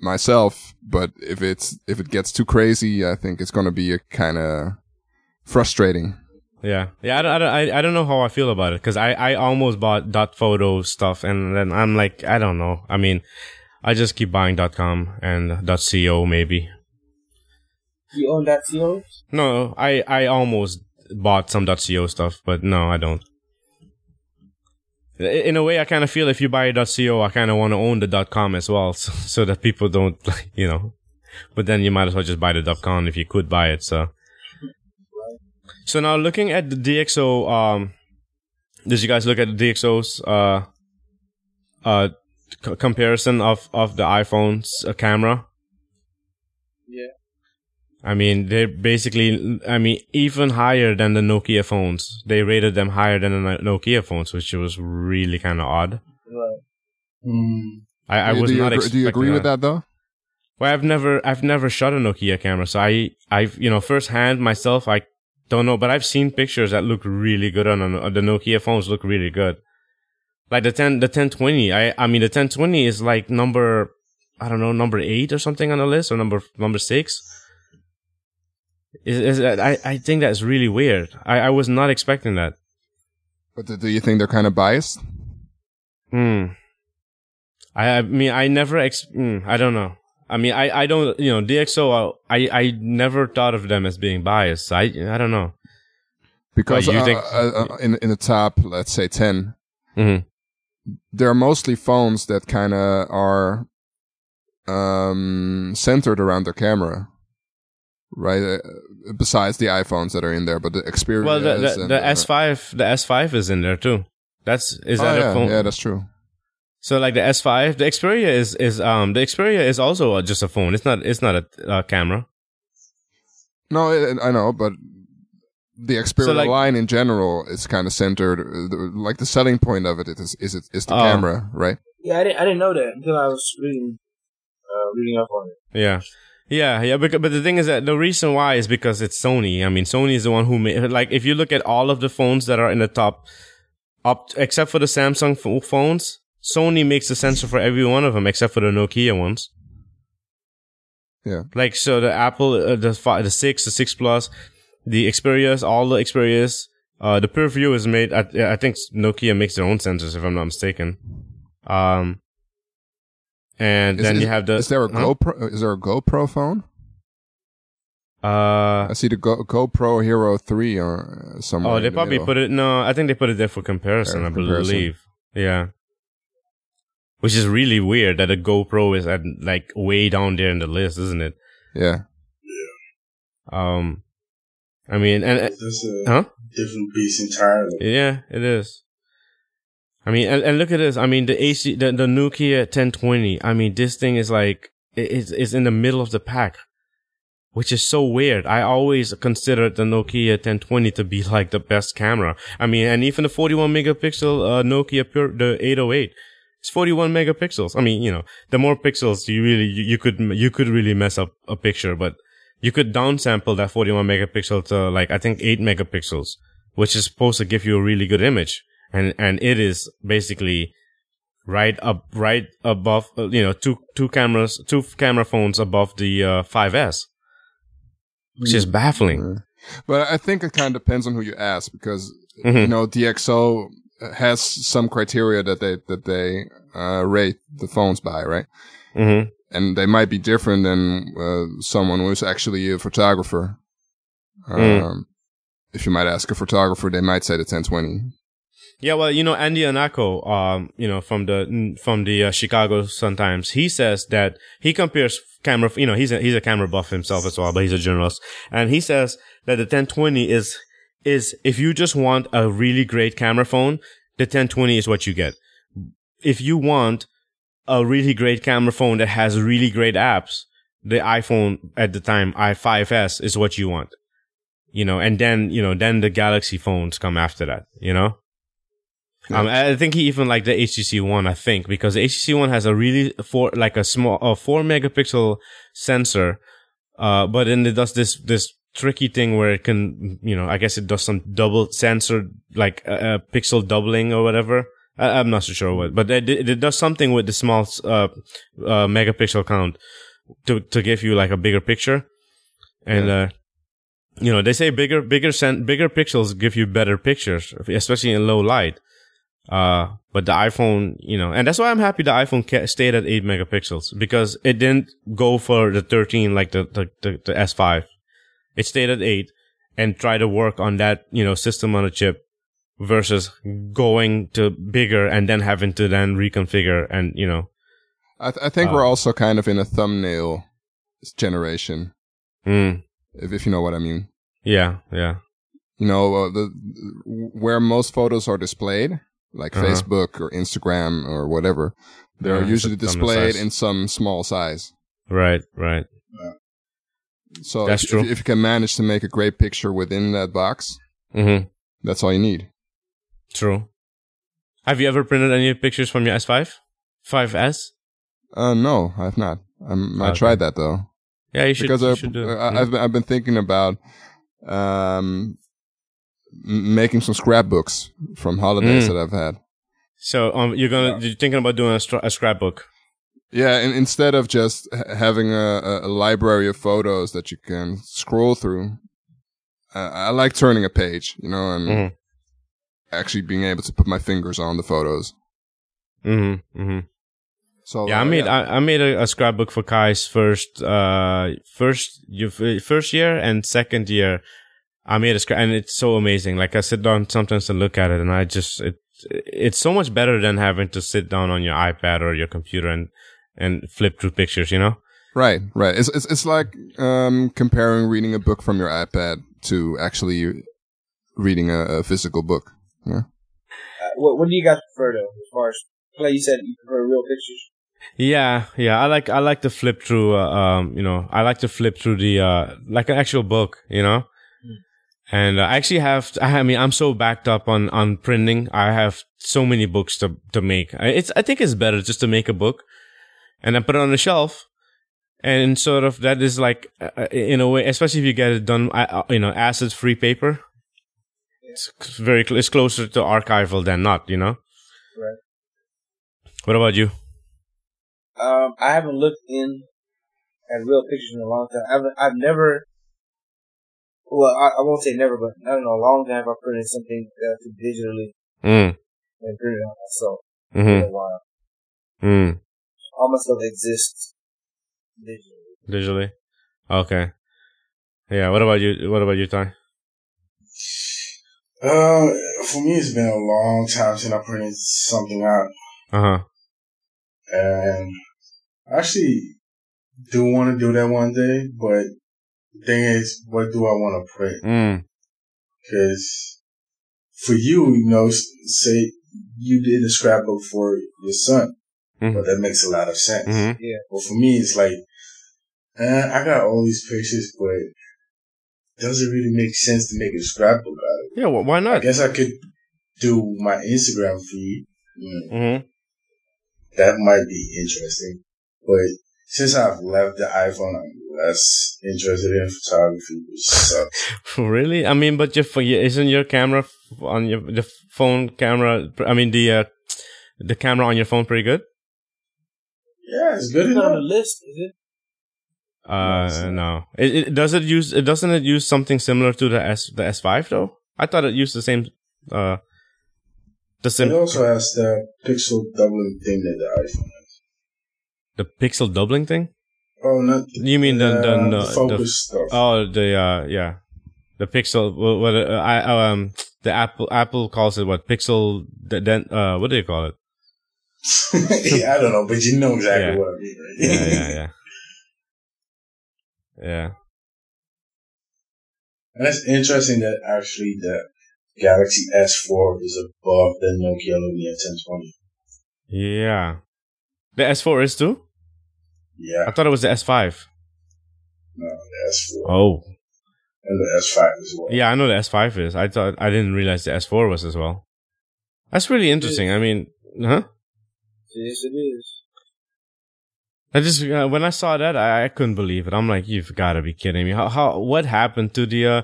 myself, but if it's if it gets too crazy, I think it's gonna be a kind of frustrating.
Yeah, yeah. I don't, I don't, I, I don't know how I feel about it because I, I almost bought dot photo stuff, and then I'm like, I don't know. I mean, I just keep buying dot com and dot co maybe.
You own that CO?
No, I, I almost bought some dot co stuff, but no, I don't. I- In a way, I kind of feel if you buy a dot co, I kind of want to own the dot com as well, so, so that people don't, like, you know. But then you might as well just buy the dot com if you could buy it. So, so now looking at the DxO, um, did you guys look at the DxO's uh, uh, c- comparison of of the iPhone's uh, camera?
Yeah.
I mean, they're basically, I mean, even higher than the Nokia phones. They rated them higher than the No- Nokia phones, which was really kind of odd.
Right.
Mm,
I, I
do,
was
you
not.
agree, do you agree
expecting
with that though?
Well, I've never, I've never shot a Nokia camera, so I, I've, you know, firsthand myself, I don't know, but I've seen pictures that look really good on, on the Nokia phones. Look really good, like the ten, the ten twenty. I, I mean, the ten twenty is like number, I don't know, number eight or something on the list, or number number six. Is, is I, I think that's really weird. I, I was not expecting that.
But do- do you think they're kind of biased?
Hmm. I, I mean, I never. Ex- mm, I don't know. I mean, I, I don't. You know, DxO. uh, I, I never thought of them as being biased. I, I don't know.
Because
Well, you
uh,
think-
uh, uh, in in the top, let's say ten,
Mhm.
there are mostly phones that kind of are um, centered around their camera, right? Uh, besides the iPhones that are in there, but the Xperia.
Well, the the,
and,
the
uh,
S five, the S five is in there too. That's is
oh,
that
yeah,
a phone?
yeah, that's true.
so like the S five, the Xperia is is um the Xperia is also uh, just a phone. It's not it's not a uh, camera.
No, I- I know, but the Xperia
So, like-
line in general is kind of centered. uh, the- Like the selling point of it is is it is the
Oh.
camera, right?
Yeah, I didn't, I didn't know that until I was reading, uh, reading up on it.
Yeah. Yeah, yeah, but, but the thing is that the reason why is because it's Sony. I mean, Sony is the one who made, like, if you look at all of the phones that are in the top, up, except for the Samsung pho- phones, Sony makes a sensor for every one of them except for the Nokia ones.
Yeah.
Like, so the Apple, uh, the, fi- the 6, the 6 Plus, the Xperia's, all the Xperia's, uh, the Purview is made, I, I think Nokia makes their own sensors if I'm not mistaken. Um, and
Is-
then
is-
you have the.
Is there a
Huh?
GoPro? Is there a GoPro phone?
Uh,
I see the Go, GoPro Hero Three or uh, somewhere.
oh, they probably put it. No, I think they put it there for comparison.
For
I
comparison.
believe. Yeah. Which is really weird that a GoPro is at like way down there in the list, isn't it?
Yeah,
Um, I mean, and
that's a
huh?
Uh-huh.
different piece entirely.
Yeah, it is. I mean, and, and look at this. I mean, the AC, the, the Nokia 1020. I mean, this thing is like it- it's it's in the middle of the pack, which is so weird. I always considered the Nokia 1020 to be like the best camera. I mean, and even the 41 megapixel uh, Nokia Pure, the 808. It's 41 megapixels. I mean, you know, the more pixels you really you, you could you could really mess up a picture, but you could downsample that 41 megapixel to like I think 8 megapixels which is supposed to give you a really good image. And, and it is basically right up, right above, uh, you know, two, two cameras, two f- camera phones above the, uh, 5S, which is baffling.
but I think it kind of depends on who you ask because
Mhm.
you know DxO has some criteria that they that they uh, rate the phones by, right?
Mm-hmm.
and they might be different than uh, someone who's actually a photographer. Um,
Mm.
If you might ask a photographer, they might say the 1020.
Yeah, well, you know, Andy Anako, um, you know, from the from the uh, Chicago Sun Times, he says that he compares camera. You know, he's a, he's a camera buff himself as well, but he's a journalist, and he says that the 1020 is is if you just want a really great camera phone, the 1020 is what you get. If you want a really great camera phone that has really great apps, the iPhone at the time i5s is what you want. You know, and then you know, then the Galaxy phones come after that. You know. Um, I I think he even liked the HTC One. I think because the HTC One has a really four like a small a four megapixel sensor, uh, but then it does this this tricky thing where it can you know I guess it does some double sensor like uh, uh, pixel doubling or whatever. I, I'm not so sure what, but it, it does something with the small uh, uh, megapixel count to to give you like a bigger picture, and uh, you know they say bigger bigger sen- bigger pixels give you better pictures, especially in low light. Uh, but the iPhone, you know, and that's why I'm happy the iPhone ca- stayed at 8 megapixels because it didn't go for the 13 like the, the, the, the S5. It stayed at 8 and tried to work on that, you know, system on a chip versus going to bigger and then having to then reconfigure and, you know,
I, th- I think
Oh.
we're also kind of in a thumbnail generation,
mm,
if, if you know what I mean.
yeah, yeah.
You know, uh, the, where most photos are displayed, like
Uh-huh.
Facebook or Instagram or whatever, they're
Yeah, it's
usually
a thumbnail
displayed
size.
in some small size.
Right, right.
So
That's
if,
true.
if you can manage to make a great picture within that box,
Mm-hmm.
that's all you need.
True. Have you ever printed any pictures from your S5? 5S?
Uh, no, I've not. Um, I
Okay.
tried that though.
Yeah, you should,
because
you
I,
should do it.
I,
Mm.
I've, been- I've been thinking about um, m- making some scrapbooks from holidays
Mm.
that I've had.
So um, you're gonna you're thinking about doing a, stra- a scrapbook.
Yeah, and instead of just h- having a, a- a library of photos that you can scroll through, uh, I like turning a page, you know, and
Mhm.
actually being able to put my fingers on the photos.
Mm-hmm. mm-hmm. Oh,
So
Yeah, I
uh,
made I, I made a, a scrapbook for Kai's first uh first you first year and second year. I made a scrap and it's so amazing. Like I sit down sometimes and look at it, and I just it it's so much better than having to sit down on your iPad or your computer and and flip through pictures. You know.
Right, right. It's it's it's like um, comparing reading a book from your iPad to actually reading a, a physical book. Yeah.
Uh, what, what do you guys prefer though, as far as play? You said you prefer real pictures.
Yeah, yeah. I like I like to flip through. Uh, um, you know, I like to flip through the uh, like an actual book. You know, and uh, I actually have. I mean, I'm so backed up on on printing. I have so many books to to make. I- It's I think it's better just to make a book, and then put it on the shelf, and sort of that is like uh, uh, in a way, especially if you get it done. uh, uh, You know, acid free paper. It's c- very cl- it's closer to archival than not. You know.
Right.
What about you?
Um, I haven't looked in at real pictures in a long time. I've I've never. Well, I, I won't say never, but I don't know. A long time I printed something that I could digitally
Mm.
and printed on myself
Hmm.
for a while.
Mm.
All my stuff exists digitally.
digitally. Okay. Yeah. What about you? What about you, Ty?
Uh, for me, it's been a long time since I printed something out.
Uh huh.
And I actually do want to do that one day, but the thing is, what do I want to print?
Mm.
Because for you, you know, s- say you did a scrapbook for your son,
hmm
but that makes a lot of sense.
hmm
But for me, it's like, uh, I got all these pictures, but does it really make sense to make a scrapbook out of
Yeah. wh- why
it? I
not?
guess I could do my Instagram feed. Mm.
Mm-hmm.
that might be interesting. But since I've left the iPhone, I'm less interested in photography, which sucks.
Really? I mean, but your ph- isn't your camera f- on your the phone camera? I mean, the uh, the camera on your phone pretty good.
yeah, it's good
It's not on the
enough.
list, is it?
Uh,
it's
no.
not.
It, it does it use? It doesn't it use something similar to the S the S five though? I thought it used the same. Uh, the
It
same.
also has the pixel doubling thing that the iPhone.
The pixel doubling thing?
Oh, not
You mean the, the,
uh,
no-
the
the-
focus stuff.
Oh, the uh, yeah, the Pixel. What, what uh, I um, the Apple Apple calls it what Pixel? The, then uh, what do you call it?
yeah, I don't know, but you know exactly
Yeah.
what I mean. right?
Yeah, yeah, yeah, yeah.
And it's interesting that actually the Galaxy S4 is above the Nokia Lumia 1020.
yeah. The S4 is too. I
Yeah,
thought it was the S5.
no, the S4
Oh,
and the S5 as well.
yeah, I know the S5 is. I thought I didn't realize the S4 was as well. That's really interesting. I mean, huh?
Yes, it is.
I just uh, when I saw that, I, I couldn't believe it. I'm like, you've got to be kidding me! How how what happened to the uh,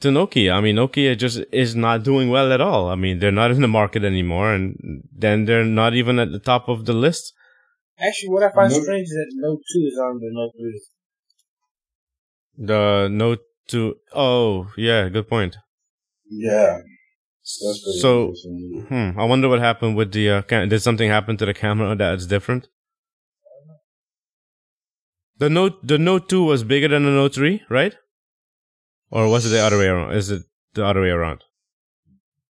to Nokia? I mean, Nokia just is not doing well at all. I mean, they're not in the market anymore, and then they're not even at the top of the list.
Actually, what I find
Nope.
strange is that Note 2 is on the Note 3.
The Note two oh yeah, good point.
yeah, that's pretty
So
interesting.
hmm, I wonder what happened with the uh, cam- did something happen to the camera that's different? The Note the Note two was bigger than the Note three, right? Or was it the other way around? Is it the other way around?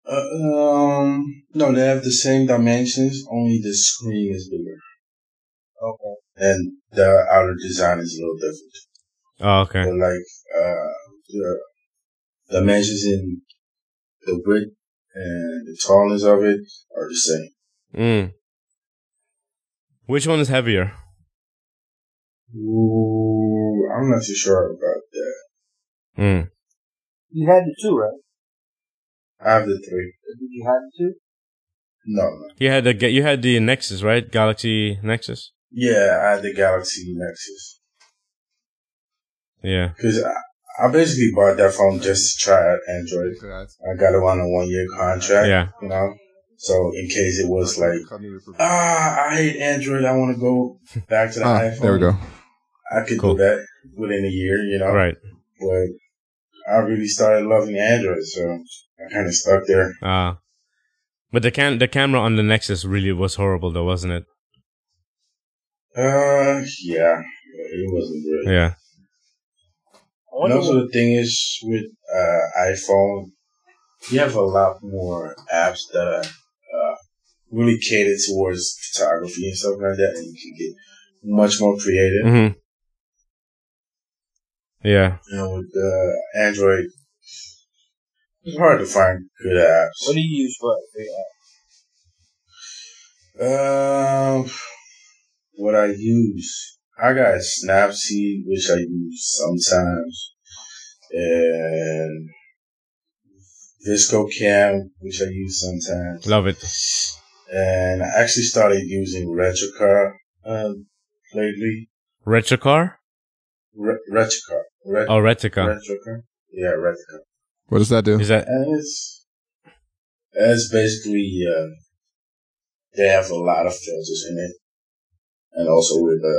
Uh, um, no, they have the same dimensions, only the screen is bigger.
Okay.
And the outer design is a little different.
Oh, okay.
But like, uh, the dimensions in the width and the tallness of it are the same.
Mm. Which one is heavier?
Ooh, I'm not too sure about that.
Mm.
You had the 2, right?
I have the three.
Did you have the 2?
No, no.
You had the you had the Nexus, right? Galaxy Nexus.
Yeah, I had the Galaxy Nexus.
Yeah.
Because I, I basically bought that phone just to try out Android. I got it on a one year contract,
Yeah.
you know? So in case it was like, ah, I hate Android, I want to go back to the
Ah,
iPhone.
there we go.
I could
Cool.
do that within a year, you know?
Right.
But I really started loving Android, so I kind of stuck there.
Uh but the can the camera on the Nexus really was horrible though, wasn't it?
Uh, yeah. It wasn't great.
Yeah.
I wonder
and also
what-
the thing is with uh, iPhone, you have a lot more apps that are uh, really catered towards photography and stuff like that, and you can get much more creative.
Mm-hmm. Yeah.
And with uh, Android, it's hard to find good apps.
What do you use for it? uh,
Um, what I use, I got Snapseed, which I use sometimes, and Visco Cam, which I use sometimes,
Love it.
and I actually started using Retrocar uh, lately.
Retrocar
Re- Retrocar, Ret-
Oh,
or Retica?
Retrocar, yeah, Retrocar,
What does that do?
Is that
and it's it's basically uh, they have a lot of filters in it, and also with uh,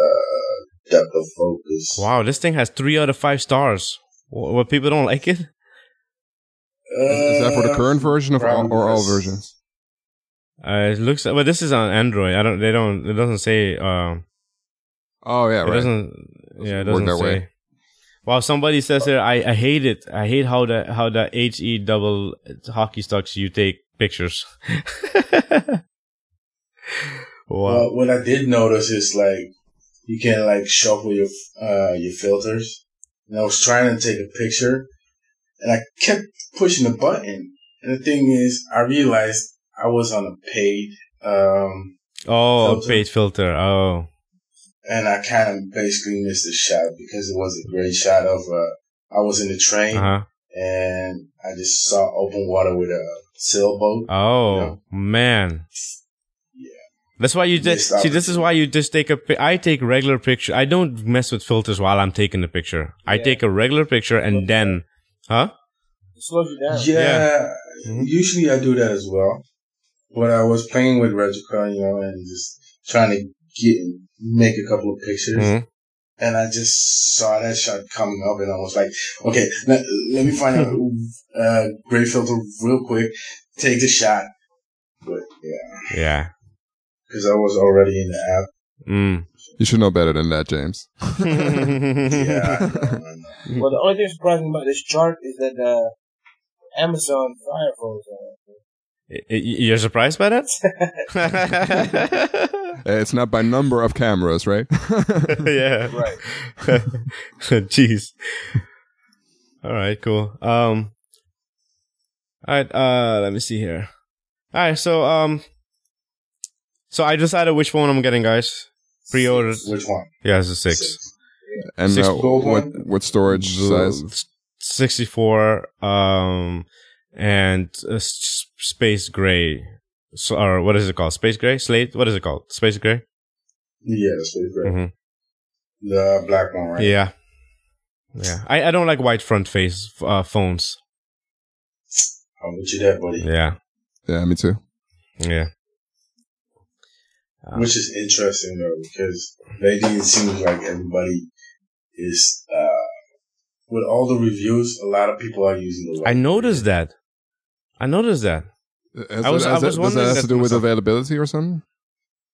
depth of focus.
wow? This thing has three out of five stars. Wh- What people don't like it?
Is, is that for the
Uh,
current version of all,
probably
or all
because-
versions?
Uh, it looks. Well, this is on Android. I don't. They don't. It doesn't say. Um,
Oh yeah,
It
right.
doesn't. Yeah, it
work
doesn't
that
say.
way.
Well, somebody says here, I, I hate it. I hate how the how the H E double hockey sticks you take pictures. wow.
Well, what I did notice is like you can like shuffle your uh, your filters, and I was trying to take a picture, and I kept pushing the button. And the thing is, I realized I was on a paid, um,
oh, a
filter.
page filter. Oh,
and I kind of basically missed the shot because it was a great shot of uh, I was in the train
uh huh.
and I just saw open water with a sailboat.
Oh
Yeah.
man.
Yeah.
That's why you just
Missed
see. This is
opportunity.
why you just take a. pi- I take regular picture. I don't mess with filters while I'm taking the picture. I
Yeah.
take a regular picture and then, huh?
It slows you down.
Yeah.
Mhm.
Usually I do that as well. But I was playing with Regicar, you know, and just trying to get make a couple of pictures.
Mhm.
And I just saw that shot coming up and I was like, okay, let, let me find a uh, great filter real quick, take the shot. But yeah,
Yeah.
because I was already in the app.
Mm.
You should know better than that, James.
Yeah, I know, I know.
Well, the only thing surprising about this chart is that uh, Amazon Firefox.
Y- y- You're surprised by that?
Eh, It's not by number of cameras, right?
yeah.
Right.
Jeez. All right, cool. Um All right, uh let me see here. All right, so um so I decided which phone I'm getting, guys. Pre-ordered.
Which one?
Yeah, it's a 6.
and
Six
uh,
gold
what
one.
what storage size?
S- 64 um and uh, s- space gray. So, or what is it called? Space gray? Slate? What is it called? Space gray?
Yeah, that's what it's right.
Mhm.
The black one, right?
Yeah. Yeah. I, I don't like white front face uh, phones.
I'm with you there, buddy.
Yeah.
Yeah, me too.
Yeah. Um,
Which is interesting though, because lately it seems like everybody is uh with all the reviews, a lot of people are using the.
I noticed that. I noticed that.
Has
I was-
it-
I was
has it- does
wondering
that have
that
to do with
myself.
availability or something?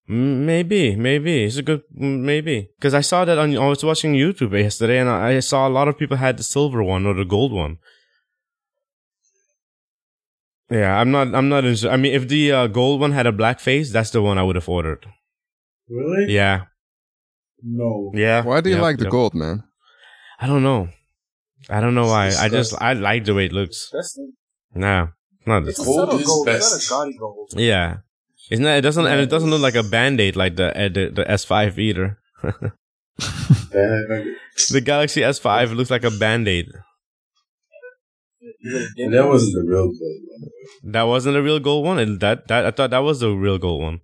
M- Maybe, maybe it's a good m- maybe because I saw that on. I was watching YouTube yesterday, and I I saw a lot of people had the silver one or the gold one. Yeah, I'm not. I'm not. Into, I mean, if the uh, gold one had a black face, that's the one I would have ordered.
Really?
Yeah,
No.
yeah.
Why do you
yeah,
like the
yeah.
gold, man?
I don't know. I don't know why. I just
Disgusting.
I like the way it looks.
That's the,
Nah, not
it's
this.
a
Gold
subtle
is
gold.
best.
It's not a gaudy gold.
Yeah, isn't that? It doesn't and it doesn't look like a band aid like the uh, the, the S5 either.
That, that-
The Galaxy S5 looks like a band aid.
that, that wasn't the real gold one.
That wasn't a real gold one. It- that that I thought that was the real gold one.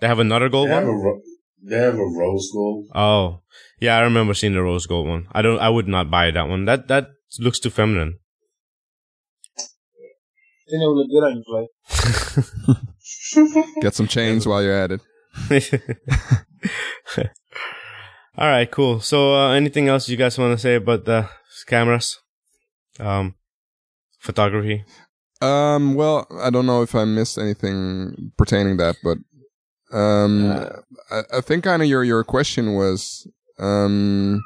They have another
They
gold
have, a
one.
ro- they have a rose gold.
Oh, yeah, I remember seeing the rose gold one. I don't. I would not buy that one. That that looks too feminine.
Then it would look good on you, play.
Get some chains while you're at it.
All right, cool. So, uh, anything else you guys want to say about the cameras, um, photography?
Um, well, I don't know if I missed anything pertaining that, but um, I, I think kind of your your question was um,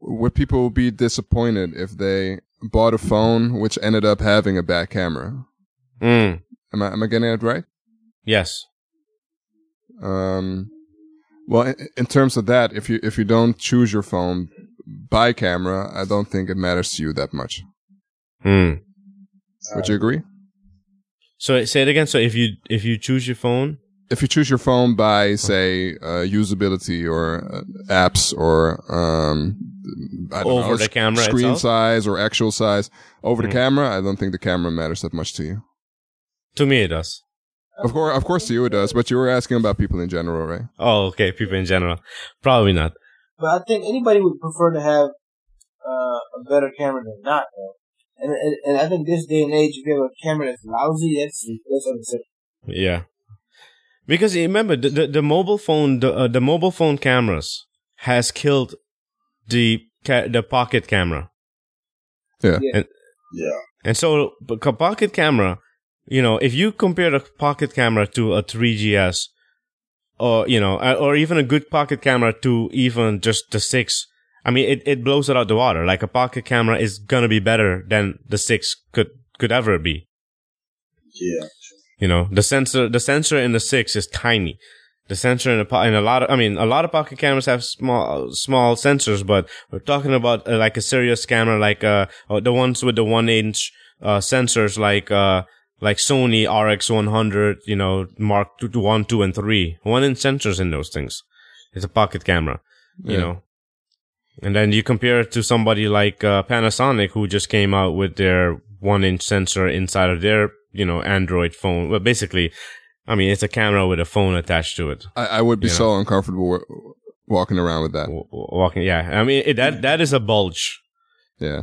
would people be disappointed if they bought a phone which ended up having a back camera? Hmm.
Mm,
Am I am I getting it right?
yes.
Um, well, in, in terms of that, if you if you don't choose your phone by camera, I don't think it matters to you that much. Hmm.
Mm.
Would you agree?
So say it again. So if you if you choose your phone,
if you choose your phone by say uh, usability or uh, apps or um, I don't
Over
know,
the
sc-
camera
screen
itself?
size or actual size over
Mm.
the camera, I don't think the camera matters that much to you.
to me it does.
Of course, of course, to you it does. But you were asking about people in general, right?
Oh, okay. People in general, probably not.
But I think anybody would prefer to have uh, a better camera than not, though. And, and, and I think this day and age, if you have a camera that's lousy, that's that's unacceptable.
Yeah, because eh, remember the the, the mobile phone the, uh, the mobile phone cameras has killed the ca- the pocket camera,
Yeah.
and so but a pocket camera, you know, if you compare the pocket camera to a 3GS, or you know, uh, or even a good pocket camera to even just the six. I mean, it, it blows it out the water. Like a pocket camera is gonna be better than the six could could ever be.
Yeah.
You know, the sensor, the sensor in the six is tiny. The sensor in a po- in a lot of, I mean, a lot of pocket cameras have small, small sensors, but we're talking about uh, like a serious camera, like, uh, uh, the ones with the one inch, uh, sensors, like, uh, like Sony RX100, you know, Mark two, one, two, and three. One inch sensors in those things. It's a pocket camera, you
Yeah.
know. And then you compare it to somebody like uh, Panasonic, who just came out with their one inch sensor inside of their, you know, Android phone. Well, basically, I mean, it's a camera with a phone attached to it.
I, I would be
Yeah.
so uncomfortable w- walking around with that.
W- w- Walking, yeah. I mean, it, that that is a bulge.
Yeah.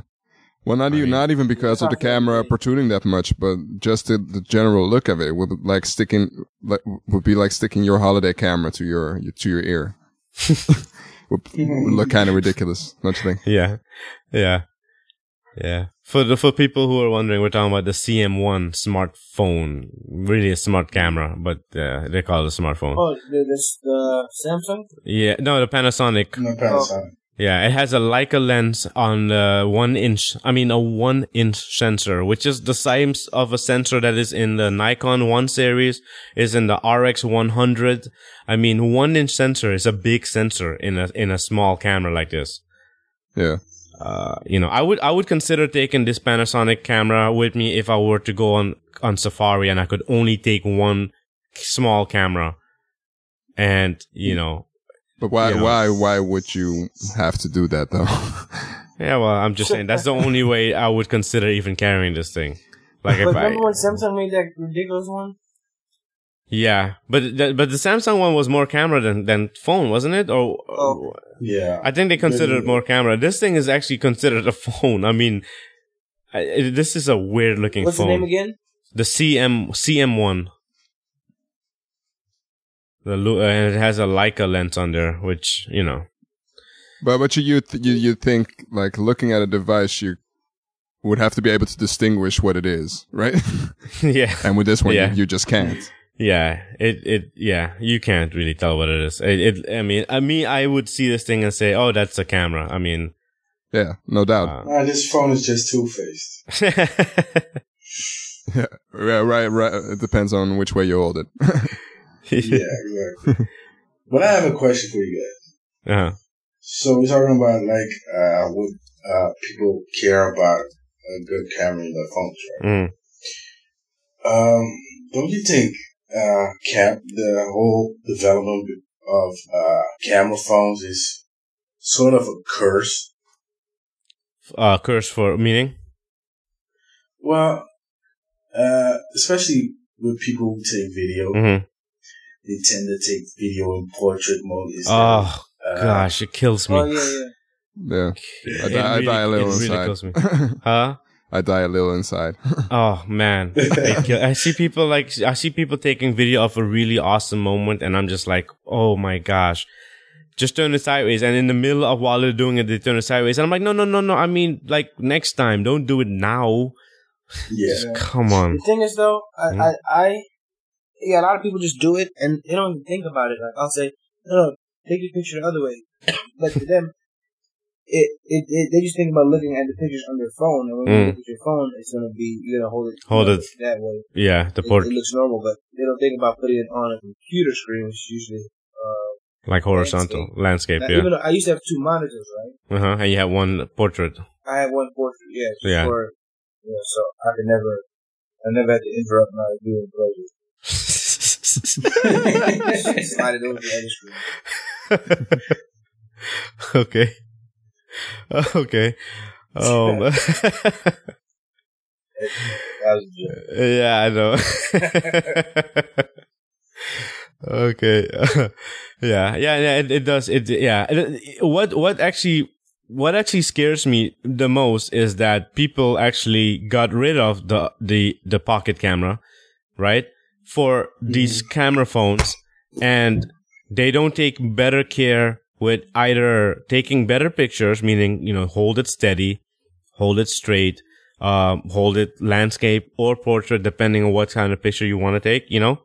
Well, not
I
even
mean-
not even because of the camera protruding that much, but just the, the general look of it would like sticking like would be like sticking your holiday camera to your, your to your ear. would, would look kind of ridiculous, don't you think?
Yeah, yeah. Yeah. For the, for people who are wondering, we're talking about the CM1 smartphone. Really a smart camera, but uh, they call it a smartphone.
Oh, the, this, the Samsung?
Yeah. No, the Panasonic.
No Panasonic.
Yeah, it has a Leica lens on the one inch. I mean, a one inch sensor, which is the size of a sensor that is in the Nikon One series, is in the RX 100. I mean, one inch sensor is a big sensor in a in a small camera like this.
Yeah.
Uh, you know, I would I would consider taking this Panasonic camera with me if I were to go on on safari and I could only take one small camera, and you know,
But why,
Yeah.
why, why would you have to do that though?
Yeah, well, I'm just saying that's
uh,
the only way I would consider even carrying this thing. Like
But
if I,
remember when Samsung made that ridiculous one?
yeah, but the, but the Samsung one was more camera than than phone, wasn't it? Or
Oh.
Yeah.
I think they considered it
Yeah.
more camera. This thing is actually considered a phone. I mean, I, it- this is a weird looking
What's
phone.
the name again?
The CM CM one. The lu- uh, and it has a Leica lens on there, which you know.
but but you you th- you you think like looking at a device, you would have to be able to distinguish what it is, right?
yeah.
and with this one,
Yeah.
you, you just can't.
Yeah, it it yeah, you can't really tell what it is. It, it I mean, I mean, I would see this thing and say, "Oh, that's a camera." I mean,
Yeah, no doubt.
uh,
Nah, this phone is just two faced.
Yeah, right, right. It depends on which way you hold it.
yeah, exactly. but I have a question for you guys.
uh-huh.
So we're talking about like uh, what uh, people care about a good camera in their phones, right?
Mm.
Um, don't you think uh, cap the whole development of uh, camera phones is sort of a curse?
Uh, curse for meaning.
Well, uh, especially with people who take video,
hmm
they tend to take video in portrait mode. Instead of,
Oh
uh,
gosh, it kills me.
Oh, yeah, yeah.
yeah,
It
I, die,
really-
I die a little
it really
inside.
kills me. Huh?
I die a little inside.
Oh man, It kill- I see people like I see people taking video of a really awesome moment, and I'm just like, oh my gosh. Just turn it sideways, and in the middle of while they're doing it, they turn it sideways, and I'm like, no, no, no, no. I mean, like next time, don't do it now.
yeah.
Just come on.
The thing is, though, I,
Mhm.
I, I, yeah, a lot of people just do it and they don't even think about it. Like, I'll say, no, no, take your picture the other way. but to them, it, it, it, they just think about looking at the pictures on their phone, and when
Mm.
you look at your phone, it's gonna be you're gonna hold it,
Hold it.
that way.
Yeah, the
It,
port
it looks normal, but they don't think about putting it on a computer screen, which is usually. Uh,
like horizontal landscape.
now,
yeah.
Even though I used to have two monitors, right?
Uh huh. And you have one portrait.
I had one portrait, yeah, just
Yeah.
for you know, so I could never, I never had to interrupt my viewing pleasure. Slide it over to the other screen.
okay. Okay. Um,
That was a joke.
yeah, I know. okay. yeah. Yeah. Yeah. It, it does. It. Yeah. It- What. What actually. What actually scares me the most is that people actually got rid of the the the pocket camera, right? For these camera phones, and they don't take better care with either taking better pictures, meaning you know hold it steady, hold it straight, um, hold it landscape or portrait, depending on what kind of picture you want to take, you know?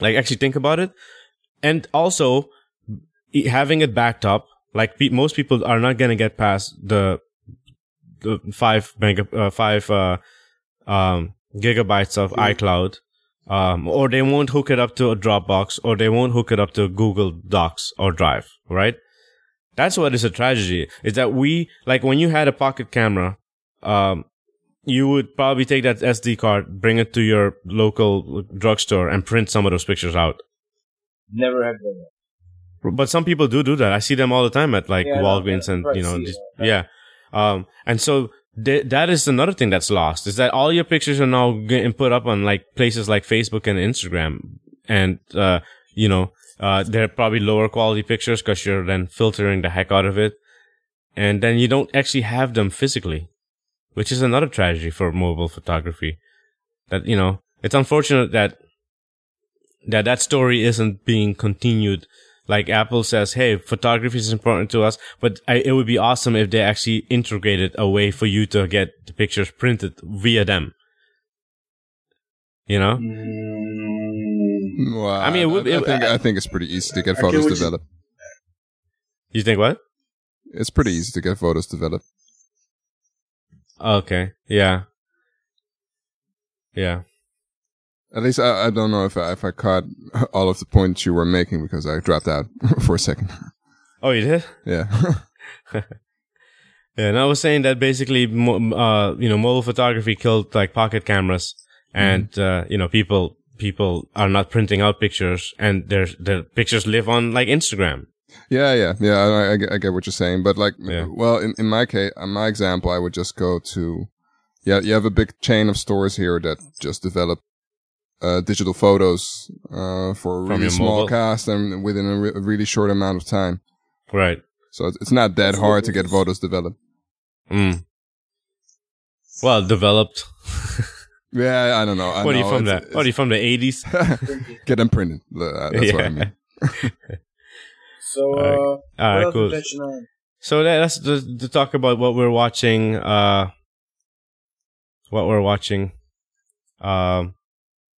Like, actually think about it. And also, e- having it backed up, like, pe- most people are not going to get past the, the five mega, uh, five, uh, um, gigabytes of iCloud. Um, or they won't hook it up to a Dropbox or they won't hook it up to Google Docs or Drive, right? That's what is a tragedy is that we, like, when you had a pocket camera, um, you would probably take that SD card, bring it to your local drugstore, and print some of those pictures out.
Never have done that.
But some people do do that. I see them all the time at like
Yeah, I know,
Walgreens
yeah,
and
right,
you know,
see
these-
that, right.
yeah. Um, and so th- that is another thing that's lost is that all your pictures are now getting put up on like places like Facebook and Instagram, and uh, you know, uh, they're probably lower quality pictures because you're then filtering the heck out of it, and then you don't actually have them physically, which is another tragedy for mobile photography. That you know, it's unfortunate that that that story isn't being continued Like Apple says, hey, photography is important to us, but I, it would be awesome if they actually integrated a way for you to get the pictures printed via them. You know?
Mm,
Well,
I mean, it would-
I,
it-
think, I think it's pretty easy to
I
get
get
photos
what you-
developed.
You think what?
It's pretty easy to get photos developed.
Okay. Yeah. Yeah.
At least I, I don't know if I, if I caught all of the points you were making because I dropped out for a second.
Oh, you did?
Yeah.
Yeah, and I was saying that basically, mo- uh, you know, mobile photography killed like pocket cameras, and
Mm-hmm.
uh, you know, people people are not printing out pictures, and their their pictures live on like Instagram.
yeah, yeah, yeah. I, I, get- I get what you're saying, but like,
Yeah.
well, in, in my case, in my example, I would just go to, yeah, you have a big chain of stores here that just develop uh, digital photos uh, for a
From
really
your
small
mobile?
cost and within a, re- a really short amount of time.
Right.
So it's- it's not that
That's
hard to
what it
get
is.
photos developed.
Mm. Well, developed.
Yeah, I don't know. I
what are you
know,
from
it's-
that? What are you from the eighties?
it's- get them printed. Uh, That's what
Yeah.
I mean.
So,
Alright.
uh,
Ah,
what else
cool.
we touching on?
So that, that's the, to talk about what we're watching. Uh, what we're watching. Um,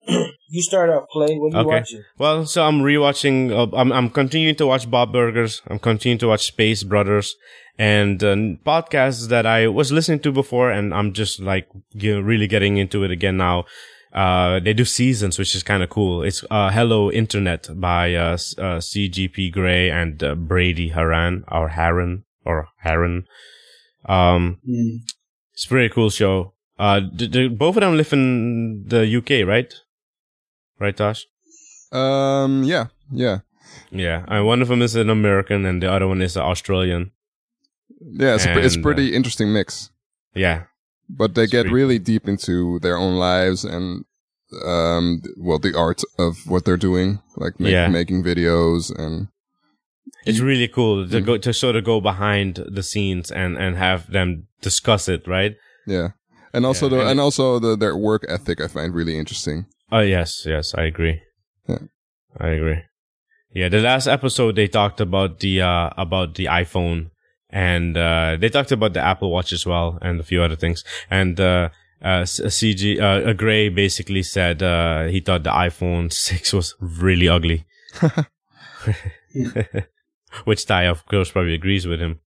You start off, Clay. What are you
Okay.
watching?
Well, so I'm rewatching. Uh, I'm I'm continuing to watch Bob Burgers. I'm continuing to watch Space Brothers and uh, podcasts that I was listening to before, and I'm just like ge- really getting into it again now. Uh, they do seasons, which is kind of cool. It's uh, Hello Internet by uh, S- uh, CGP Grey and uh, Brady Haran or Haran or Haran. Um,
mm.
it's a pretty cool show. Uh, d- d- both of them live in the UK, right? Right, Tosh?
Um, yeah, yeah,
Yeah, and one of them is an American, and the other one is an Australian.
yeah. It's a, pre- it's
And, uh,
pretty interesting mix,
Yeah,
but they get
Sweet.
really deep into their own lives and um, well, the art of what they're doing, like make,
Yeah.
making videos and
it's really cool to
Mm.
go to sort of go behind the scenes and and have them discuss it, right?
yeah, and also
Yeah,
the
and
and,
it-
also the their work ethic I find really interesting.
Oh yes, yes, I agree.
Yeah.
I agree. Yeah, the last episode they talked about the uh about the iPhone and uh they talked about the Apple Watch as well and a few other things. And uh uh S- CG uh Gray basically said uh he thought the iPhone 6 was really ugly. Which Ty of course probably agrees with him.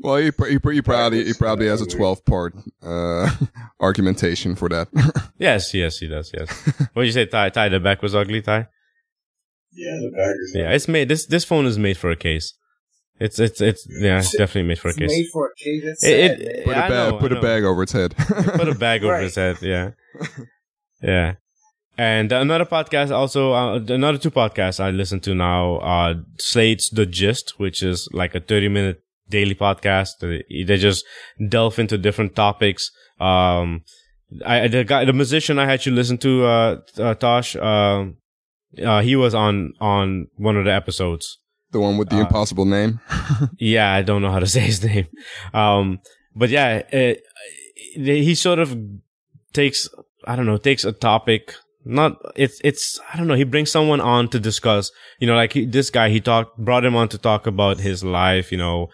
Well, he, pr- he, pr- he probably he
it's
probably
kinda
has a
weird.
twelve part uh, argumentation for that.
Yes, yes, he does, yes. what did you say, Ty? Ty, the back was ugly, Ty?
Yeah, the backers.
Yeah, it's made. This this phone is made for a case. It's it's it's yeah, it's definitely made for a
It's
case.
made for a kid. That's
It-
sad,
it-
put a
man.
Yeah, I
bag
know,
put
I
a
know.
bag over its head.
Put a bag over
Right.
his head. Yeah, yeah. And another podcast, also uh, another two podcasts I listen to now are Slate's The Gist, which is like a thirty minute daily podcast. They, they just delve into different topics. Um, I the guy, the musician I had you listen to, uh, uh Tosh, um, uh, he was on on one of the episodes.
the one with the
Uh,
impossible name.
yeah, I don't know how to say his name. Um, but yeah, it, they- he sort of takes, I don't know, takes a topic. Not it's it's I don't know. He brings someone on to discuss. You know, like he, this guy, he talked, brought him on to talk about his life. You know,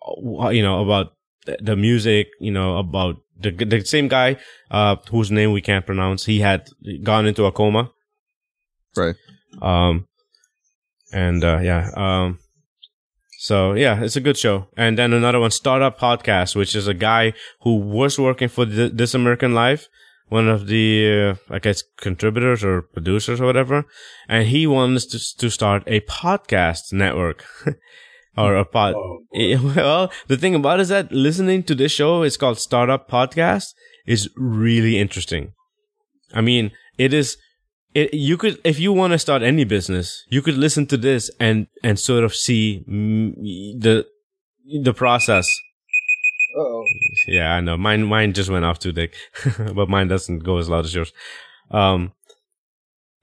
wh- uh, you know about th- the music. You know about the the same guy uh, whose name we can't pronounce. He had gone into a coma.
Right.
Um. And uh, yeah. Um. So yeah, it's a good show. And then another one, Startup Podcast, which is a guy who was working for Th- This American Life, one of the uh, I guess contributors or producers or whatever, and he wants to to start a podcast network or a pod.
Oh,
Eh, Well, the thing about it is that listening to this show, it's called Startup Podcast, is really interesting. I mean, it is. It, you could, if you want to start any business, you could listen to this and and sort of see mm, the the process.
Uh-oh.
Yeah, I know. Mine mine just went off too dick. but mine doesn't go as loud as yours. Um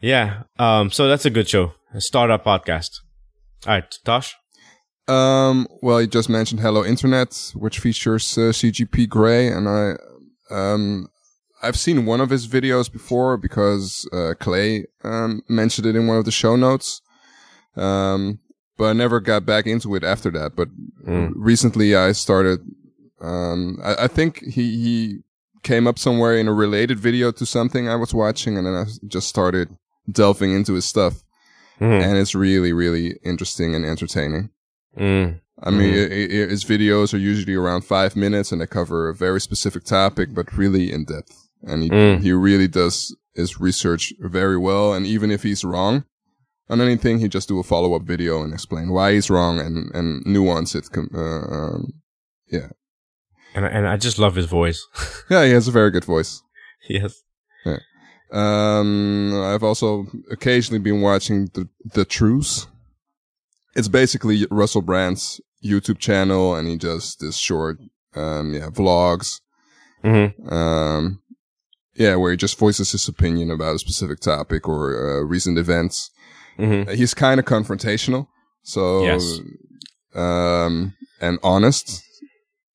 Yeah. Um so that's a good show. A startup podcast. Alright, Tosh?
Um, well, you just mentioned Hello Internet, which features uh, CGP Grey, and I, um, I've seen one of his videos before because uh, Clay um, mentioned it in one of the show notes, Um, but I never got back into it after that. But
Mm.
recently I started, um, I, I think he, he came up somewhere in a related video to something I was watching and then I s- just started delving into his stuff.
Mhm.
And it's really, really interesting and entertaining.
Mm.
I mean, i i his videos are usually around five minutes and they cover a very specific topic, but really in depth. And he,
Mm.
he really does his research very well. And even if he's wrong on anything, he just do a follow up video and explain why he's wrong and, and nuance it. Com- uh, um,
And and I just love his voice.
yeah, he has a very good voice.
yes.
Um, I've also occasionally been watching the the Truce. It's basically Russell Brand's YouTube channel, and he does this short, um, yeah, vlogs.
Mhm.
Um, yeah, where he just voices his opinion about a specific topic or uh, recent events.
Mhm.
He's kind of confrontational, so
Yes.
um, and honest.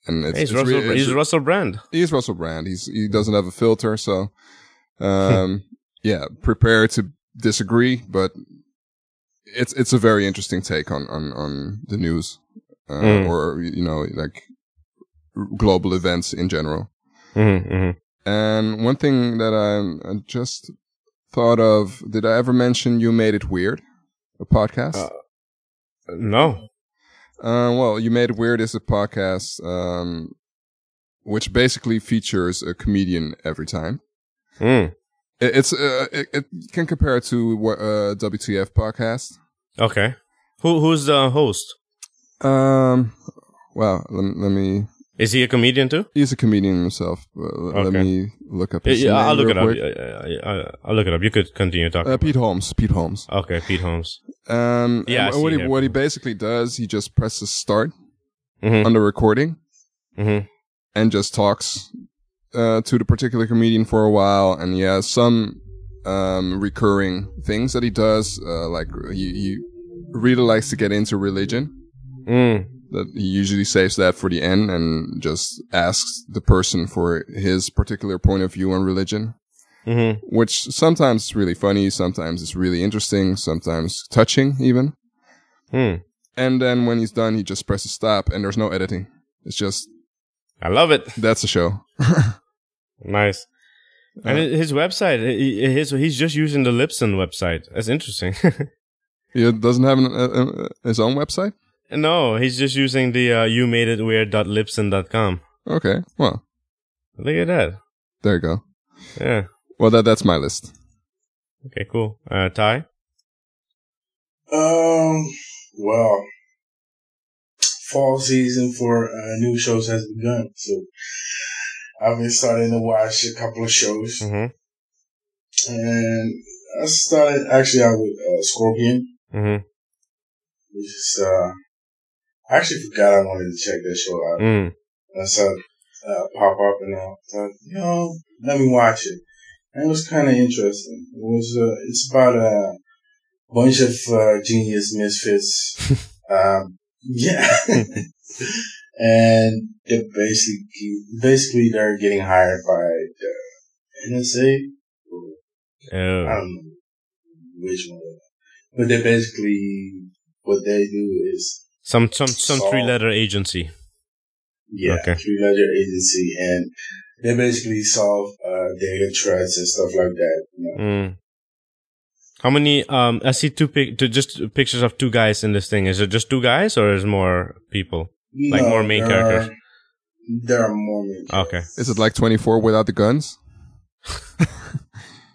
And it's,
He's
it's
Russell.
re- it's-
he's Russell Brand.
he's Russell Brand. He's he doesn't have a filter, so um yeah, prepare to disagree, but it's it's a very interesting take on on on the news uh,
Mm.
or you know like global events in general.
Mm-hmm.
And one thing that I'm- I just thought of, did I ever mention you made it weird? A podcast?
Uh, No.
Uh, well, You Made It Weird is a podcast um, which basically features a comedian every time.
Mm.
It, it's uh, it, it you can compare it to what uh, WTF podcast.
Okay. Who who's the host?
Um, well, let, me- let me.
Is he a comedian too?
He's a comedian himself. but l- Let
Okay.
me look up.
Yeah,
His
yeah,
name
I'll look it
real
up.
quick.
Yeah, yeah, yeah, yeah, I'll look it up. You could continue talking.
Uh, Pete Holmes. Pete Holmes.
okay, Pete Holmes.
Um,
Yeah,
and
I
what
see
he
him.
what he basically does, he just presses start
Mhm.
on the recording
Mhm.
and just talks uh, to the particular comedian for a while, and he has some um, recurring things that he does. Uh, like he, he really likes to get into religion.
Mm.
That he usually saves that for the end and just asks the person for his particular point of view on religion
Mhm.
which sometimes is really funny, sometimes it's really interesting, sometimes touching even.
Hmm.
mm. And then when he's done, he just presses stop, and there's no editing. It's just
I love it.
that's the show.
Nice. And
Uh,
hi- his website, he- he- his, he's just using the Lipson website. That's interesting.
He doesn't have an, uh, uh, his own website.
no, he's just using the uh, you made it weird.lipson.com.
Okay, well
Look at that.
there you go.
Yeah.
Well, that that's my list.
Okay, cool. Uh, Ty?
Um, well, fall season for uh, new shows has begun, so I've been starting to watch a couple of shows,
Mm
Mm-hmm,
and I started actually out with uh, Scorpion,
hmm. Mm
mm-hmm,
which is uh, I actually forgot I wanted to check that show out.
hmm. Mm.
I saw it uh, pop up, and I thought, you know, let me watch it. And it was kind of interesting. It was uh, it's about a bunch of uh, genius misfits. um, yeah, and they're basically basically they're getting hired by the NSA. I
Oh.
don't know which one, but they basically what they do is
Some, some, some
Saw.
three letter agency.
Yeah,
Okay.
through another agency, and they basically solve uh, data threats and stuff like that. You know?
Mm. How many? Um, I see two pic, two, just pictures of two guys in this thing. Is it just two guys or is more people? Like more main
there are-
characters.
there are more main.
Okay.
Is it like 24 without the guns?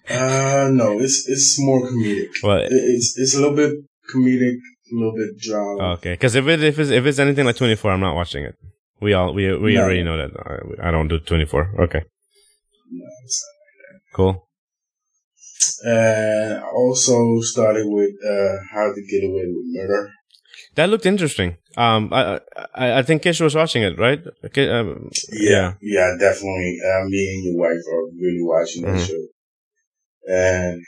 Uh, no, it's it's more comedic.
Well,
It- It's it's a little bit comedic, a little bit drama.
Okay, because if it if it's if it's anything like twenty four, I'm not watching it. We all we we
No.
already know that. I, I don't do twenty four. Okay,
No, it's-
cool.
Uh, also started with uh, how to get away with murder.
That looked interesting. Um, I I, I think Kish was watching it, right? Okay, um,
Yeah, yeah, definitely. Uh, me and your wife are really watching that
Mhm.
show. And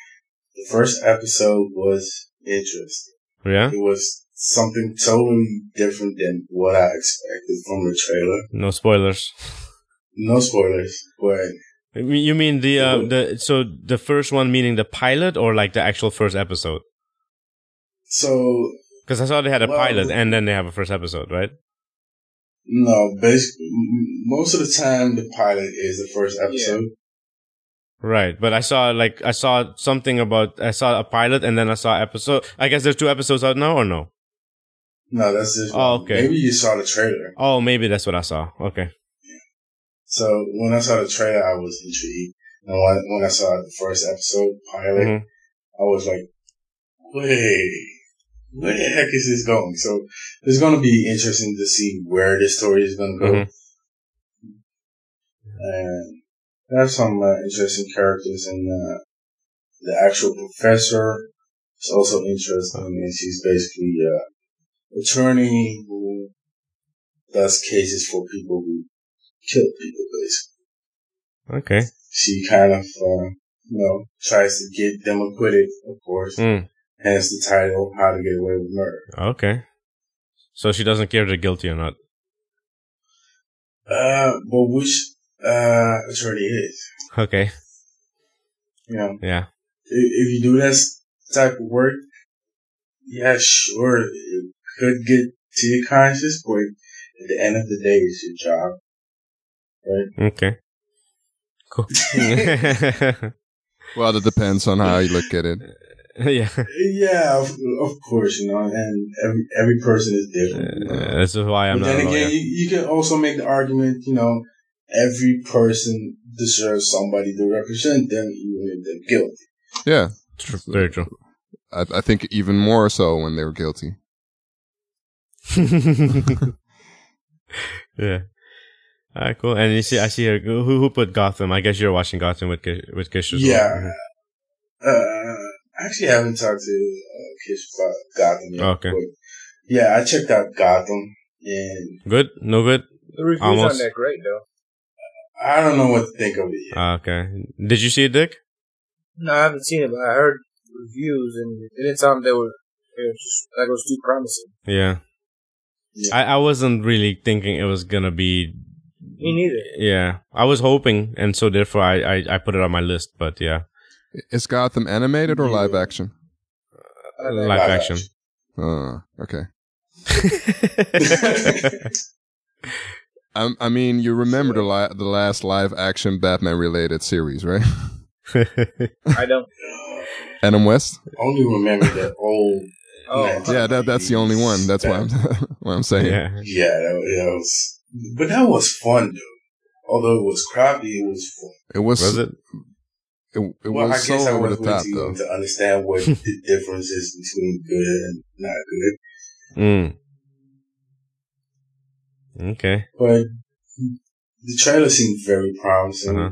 the first episode was interesting.
yeah.
It was something totally different than what I expected from the trailer.
No spoilers.
No spoilers, but
You mean- You mean the uh, the so the first one meaning the pilot or like the actual first episode?
So
Because I saw they had a
Well-
pilot and then they have a first episode, right?
no, basically, most of the time the pilot is the first episode.
Right. But I saw like I saw something about I saw a pilot and then I saw episode. I guess there's two episodes out now or no?
No, that's just
Oh, okay.
Maybe you saw the trailer.
Oh, maybe that's what I saw. Okay.
So when I saw the trailer, I was intrigued, and when, when I saw the first episode pilot,
Mhm.
I was like, wait, where the heck is this going? So it's going to be interesting to see where this story is going to go.
Mhm.
And they have some uh, interesting characters, and uh, the actual professor is also interesting, and she's basically uh, attorney who does cases for people who kill people, basically
Okay.
she kind of, uh, you know, tries to get them acquitted, of course.
Mm.
Hence the title, How to Get Away with Murder.
Okay. So she doesn't care if they're guilty or not.
Uh, but which, uh, attorney is?
Okay.
You know, if,
Yeah.
if you do this type of work, yeah, sure, it could get to your conscience, but at the end of the day, it's your job.
Okay. Cool.
Well, that depends on how you look at it.
yeah.
Yeah, of, of course, you know, and every, every person is different. you know.
Uh, this is why I'm
but
not a
then
lawyer.
again, you, you can also make the argument, you know, every person deserves somebody to represent them, even if they're guilty.
Yeah,
Tr- Very true.
I, I think even more so when they were guilty.
yeah. All right, cool. And you see, I see her. Who, who put Gotham? I guess you're watching Gotham with Ki- with Kish as
Yeah.
well. Mm-hmm.
Uh, I actually haven't talked to uh, Kish about Gotham yet.
Okay.
but yeah, I checked out Gotham, and
Mhm. Good? No good?
The reviews
Almost.
aren't that great though.
I don't know what to think of it yet.
Ah, okay. Did you see it, Dick?
No, I haven't seen it, but I heard reviews and it didn't sound they were it was just, like it was too promising.
Yeah.
Yeah.
I, I wasn't really thinking it was gonna be.
Me neither.
Yeah, I was hoping, and so therefore I I, I put it on my list. But yeah,
Is Gotham animated or live action?
I
live
like-
Live
action.
Uh, okay. I, I mean, you remember the, li- the last live action Batman related series, right?
I don't.
Adam West?
Only remember that old.
Oh,
Yeah.
Yeah, that, that's the only one. That's why I'm, what I'm saying.
yeah,
Yeah, that, that was. But that was fun, though. Although it was crappy, it was fun.
It was,
was
it,
it?
it,
well,
was
I guess I
so over
was
the
way
top,
too young
though.
to understand what the difference is between good and not good.
Mm. Okay.
But the trailer seemed very promising.
Uh-huh.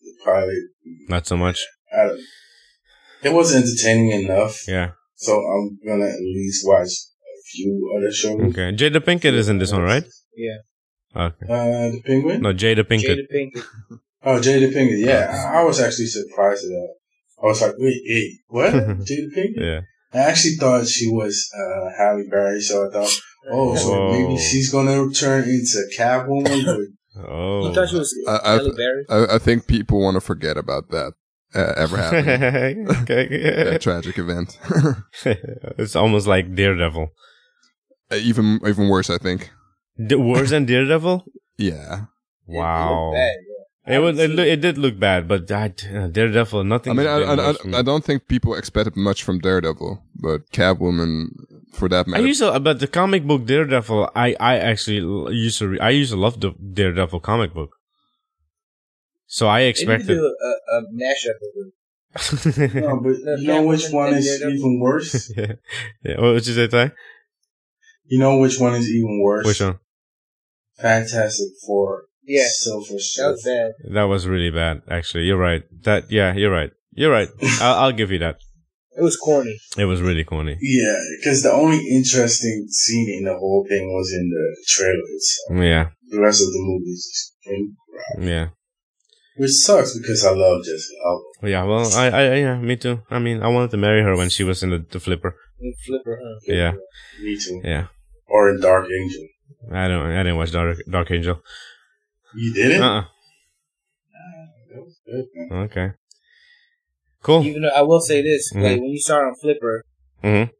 The pilot,
Not so much.
I don't, it was entertaining enough.
Yeah.
So I'm gonna at least watch a few other shows.
Okay. Jada Pinkett is in this one, right?
Yeah.
Okay.
Uh, the Penguin.
No, Jada Pinkett.
Jada Pinkett.
Oh, Jada Pinkett. Yeah, I, I was actually surprised at that. I was like, wait, hey, what? Jada Pinkett?
Yeah.
I actually thought she was uh, Halle Berry, so I thought, oh, so
Whoa.
maybe she's gonna turn into Catwoman. but
Oh.
You thought she was
I- I-
Halle Berry?
I, I think people want to forget about that uh, ever happening.
okay.
that tragic event.
it's almost like Daredevil.
even, even worse, I think.
D- worse than Daredevil?
Yeah.
Wow.
It looked bad, yeah.
It was. It, loo- it did look bad, but I, uh, Daredevil. Nothing.
I mean, I, I, I, I don't think people expected much from Daredevil, but Catwoman, for that
I
matter.
used to, but the comic book Daredevil, I, I actually l- used to, re- I used to love the Daredevil comic book. So I
They need to
expected.
do a, a mashup of them.
no, but
No,
you know which
Catwoman
one
and
is
Daredevil.
even worse?
yeah. yeah. What would you say, Ty?
You know which one is even worse?
Which one?
Fantastic Four.
Yeah,
Silver
that was
Surfer.
bad.
That was really bad. Actually, you're right. That yeah, you're right. You're right. I'll, I'll give you that.
It was corny.
It was really corny.
Yeah, because the only interesting scene in the whole thing was in the trailer itself.
Yeah,
The rest of the movie is just plain crap.
yeah,
Which sucks because I love Jessica Alba.
yeah. Well, I, I, yeah, me too. I mean, I wanted to marry her when she was in the, the flipper.
You flipper, huh?
Yeah,
Me too.
yeah.
Or in Dark Angel.
I don't. I didn't watch Dark Dark Angel.
You did it?
Uh.
That was good, man.
uh Okay. Cool. Oh.
Even though I will say this,
Mhm.
like when you start on flipper,
Mhm.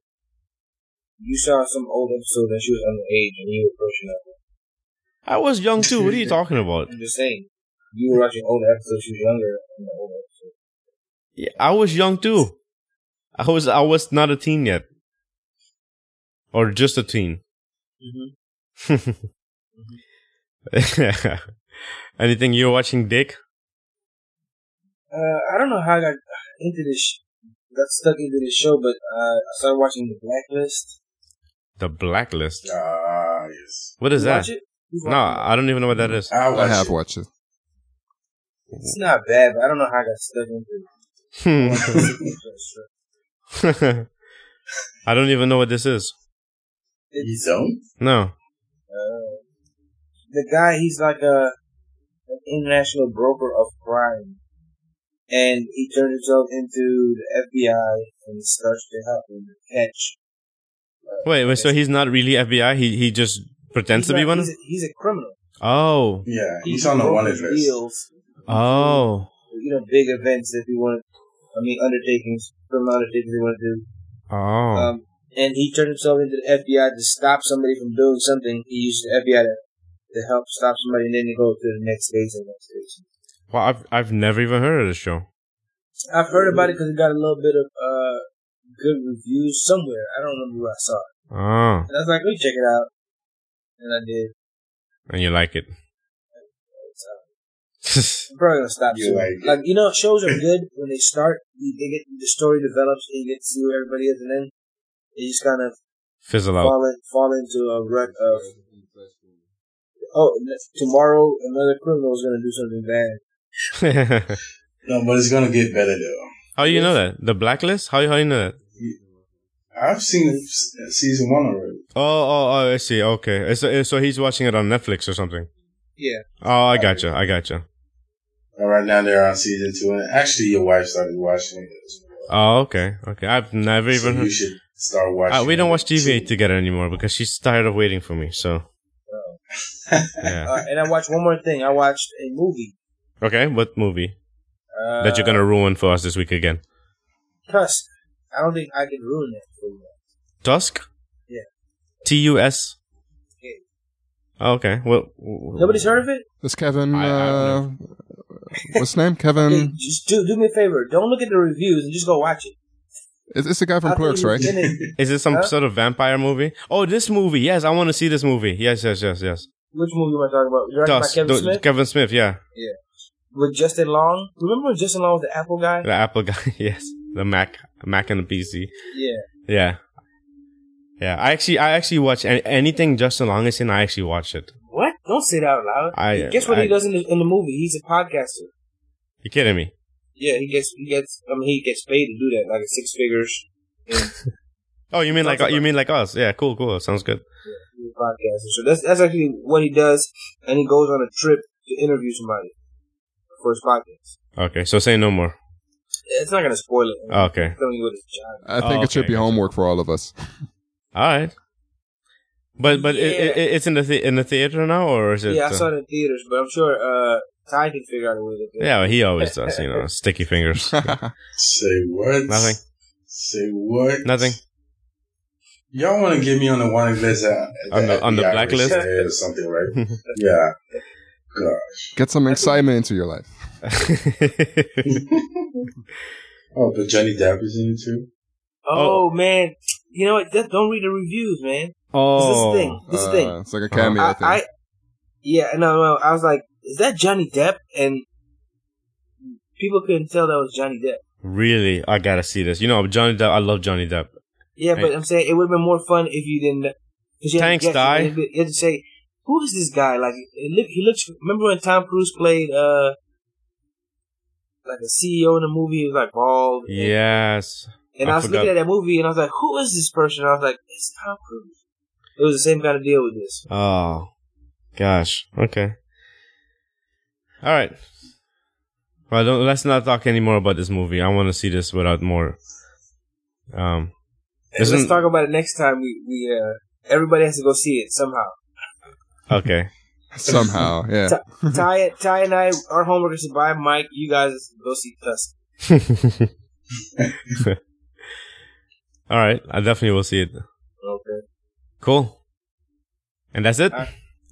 you saw some old episode that she was underage and you were pushing up.
I was young too. What are you talking about?
I'm just saying. You were watching older episodes, she was younger in the older episode.
Yeah, I was young too. I was I was not a teen yet, or just a teen.
Mm-hmm.
Anything you're watching, Dick?
Uh, I don't know how I got into this, sh- got stuck into this show, but uh, I started watching The Blacklist.
The Blacklist.
Ah, yes.
What is
You
that?
Watch it? You
No,
watch it?
I don't even know what that is.
I, watch
I have
it.
watched it.
It's not bad, but I don't know how I got stuck into
Hmm.
it.
I don't even know what this is.
You don't?
No.
Uh, the guy, he's like a an international broker of crime, and he turned himself into the FBI and starts to help him catch.
Wait, wait. So he's not really FBI. He he just pretends to
He's
be
not-
one.
He's a, he's a criminal.
Oh.
Yeah, he's on the wanted
broken
list.
Deals,
Oh.
you know, big events that he want. I mean, undertakings, criminal undertakings they want to do.
Oh.
Um, and he turned himself into the FBI to stop somebody from doing something. He used the FBI to, to help stop somebody, and then he goes to the next stage and next stage.
Well, I've I've never even heard of this show.
I've heard about it because it got a little bit of uh, good reviews somewhere. I don't remember where I saw it.
Oh.
And I was like, let me check it out. And I did.
And you like it?
It's, uh, I'm probably going to stop
You
soon.
like it.
Like, you know, shows are good when they start. You, they get, the story develops and you get to see where everybody is, and then they just kind of
Fizzle out.
fall, in, fall into a rut of oh, n- tomorrow another criminal is going to do something bad.
how
No, but it's gonna get better though.
you know that? The blacklist? How how you know that?
I've seen s- season one already.
Oh oh oh! I see. Okay. So so he's watching it on Netflix or something.
Yeah.
Oh, I gotcha. I gotcha.
And right now they're on season two, and actually your wife started watching it. as well.
Oh, okay. Okay. I've never
So
even
you
heard.
should start watching.
Uh, we don't
it
watch TV
too.
together anymore because she's tired of waiting for me. So. yeah.
Uh, and I watched one more thing. I watched a movie.
Okay. What movie
Uh,
that you're gonna ruin for us this week again?
Tusk. I don't think I can ruin that for you.
Tusk.
Yeah.
T U S.
Yeah.
Okay. Well.
Nobody's heard of it?
Is Kevin?
I- I
uh,
don't
what's his name?
Hey,
Kevin.
just do, do me a favor. Don't look at the reviews and just go watch it.
It- It's the guy from
I'll tell
Clerks,
you
right?
who's in it.
Is it some
Huh?
sort of vampire movie? Oh, this movie. Yes, I want to see this movie. Yes, yes, yes, yes.
Which movie am I talking about? Directed
Tusk.
by Kevin
The-
Smith?
Kevin Smith. Yeah.
with Justin Long. Remember when Justin Long was the Apple guy?
The Apple guy, yes. The Mac, Mac and the PC.
Yeah.
Yeah, yeah. I actually, I actually watch an- anything Justin Long is in. I actually watch it.
What? Don't say that out loud.
I-
Guess what
I-
he does in the, in the movie? He's a podcaster.
You kidding me?
Yeah, he gets he gets I mean he gets paid to do that like six figures.
Oh, you mean like
Sounds
you
like-
mean like us? Yeah, cool, cool. Sounds good.
He's a podcaster. So that's that's actually what he does, and he goes on a trip to interview somebody for his podcast.
Okay, so say no more.
It's not gonna spoil it. I'm
Okay,
telling you what his job.
I think
Oh,
it should
okay,
be
gotcha.
homework for all of us.
all right. But but it, it, it's in the, the in the theater now, or is it?
is. Yeah, I
uh,
saw it in theaters, but I'm sure uh, Ty can figure out a way to do it.
yeah, he always does. You know, sticky fingers.
Say what?
Nothing.
Say what?
Nothing.
Y'all want to get me on the wanted list? uh,
On the- on the
FBI
blacklist?
person or something, right? yeah.
Get some excitement into your life.
Oh, but Johnny Depp is in it too.
Oh, man, you know what? Just Don't read the reviews, man. This is the
oh,
thing. This is the
Uh,
thing.
It's like a
Uh-huh.
cameo
I,
thing.
I yeah, no, no. I was like, is that Johnny Depp? And people couldn't tell that was Johnny Depp.
really? I gotta see this. You know, Johnny Depp. I love Johnny Depp.
Yeah, but
Right.
I'm saying it would have been more fun if you didn't. Cause you had to
Thanks,
guess.
Di.
You had to- you had to say, who is this guy? Like, it look, he looks. Remember when Tom Cruise played uh, like a CEO in a movie? He was like bald. and-
Yes.
And
I
I, was
forgot.
looking at that movie and I was like, who is this person? I was like, it's Tom Cruise. It was the same kind of deal with this.
Oh, gosh. Okay. All right. Well, don't, let's not talk anymore about this movie. I want to see this without more. Um,
And let's
Isn't-
talk about it next time. We we uh, everybody has to go see it somehow.
okay.
Somehow, yeah.
Ty, Ty and I, our homework is to buy Mike. You guys go see Tusk.
All right. I definitely will see it.
Okay.
Cool. And that's it.
All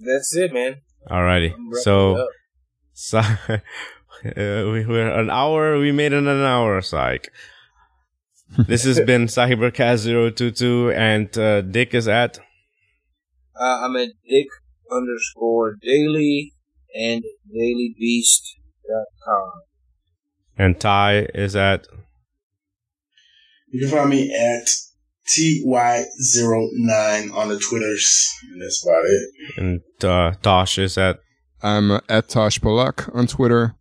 That's it, man.
Alrighty.
Uh, I'm wrapping
So.
it up.
So, uh, we were an hour. We made it an hour, psych. this has been Cybercast022, and uh, Dick is at.
Uh, I'm at Dick underscore Daily and DailyBeast.com.
And Ty is at.
You can find me at TY09 on the Twitters. And that's about it.
And uh, Tosh is at.
I'm uh, at Tosh Polak on Twitter,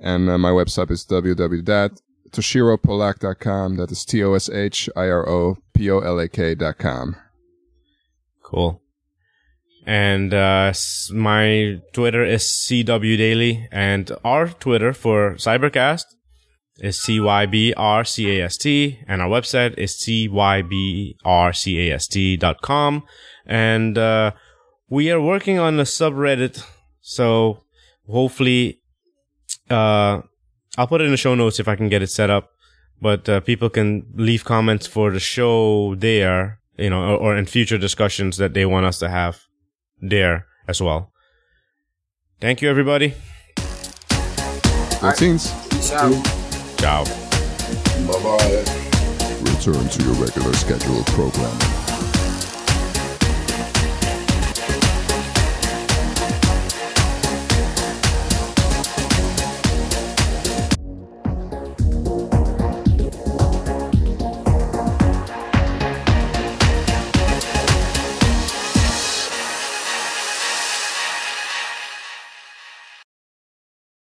and uh, my website is www.toshiropolak.com. That is T O S H I R O P O L A K dot com.
Cool. And uh, s- my Twitter is CW Daily, and our Twitter for Cybercast is CYBRCAST, and our website is CYBRCAST dot com. And uh, we are working on a subreddit, so hopefully, uh, I'll put it in the show notes if I can get it set up. But uh, people can leave comments for the show there, you know, or, or in future discussions that they want us to have there as well. Thank you, everybody.
Good scenes.
Peace out.
Ciao.
Bye bye.
Return to your regular scheduled programming.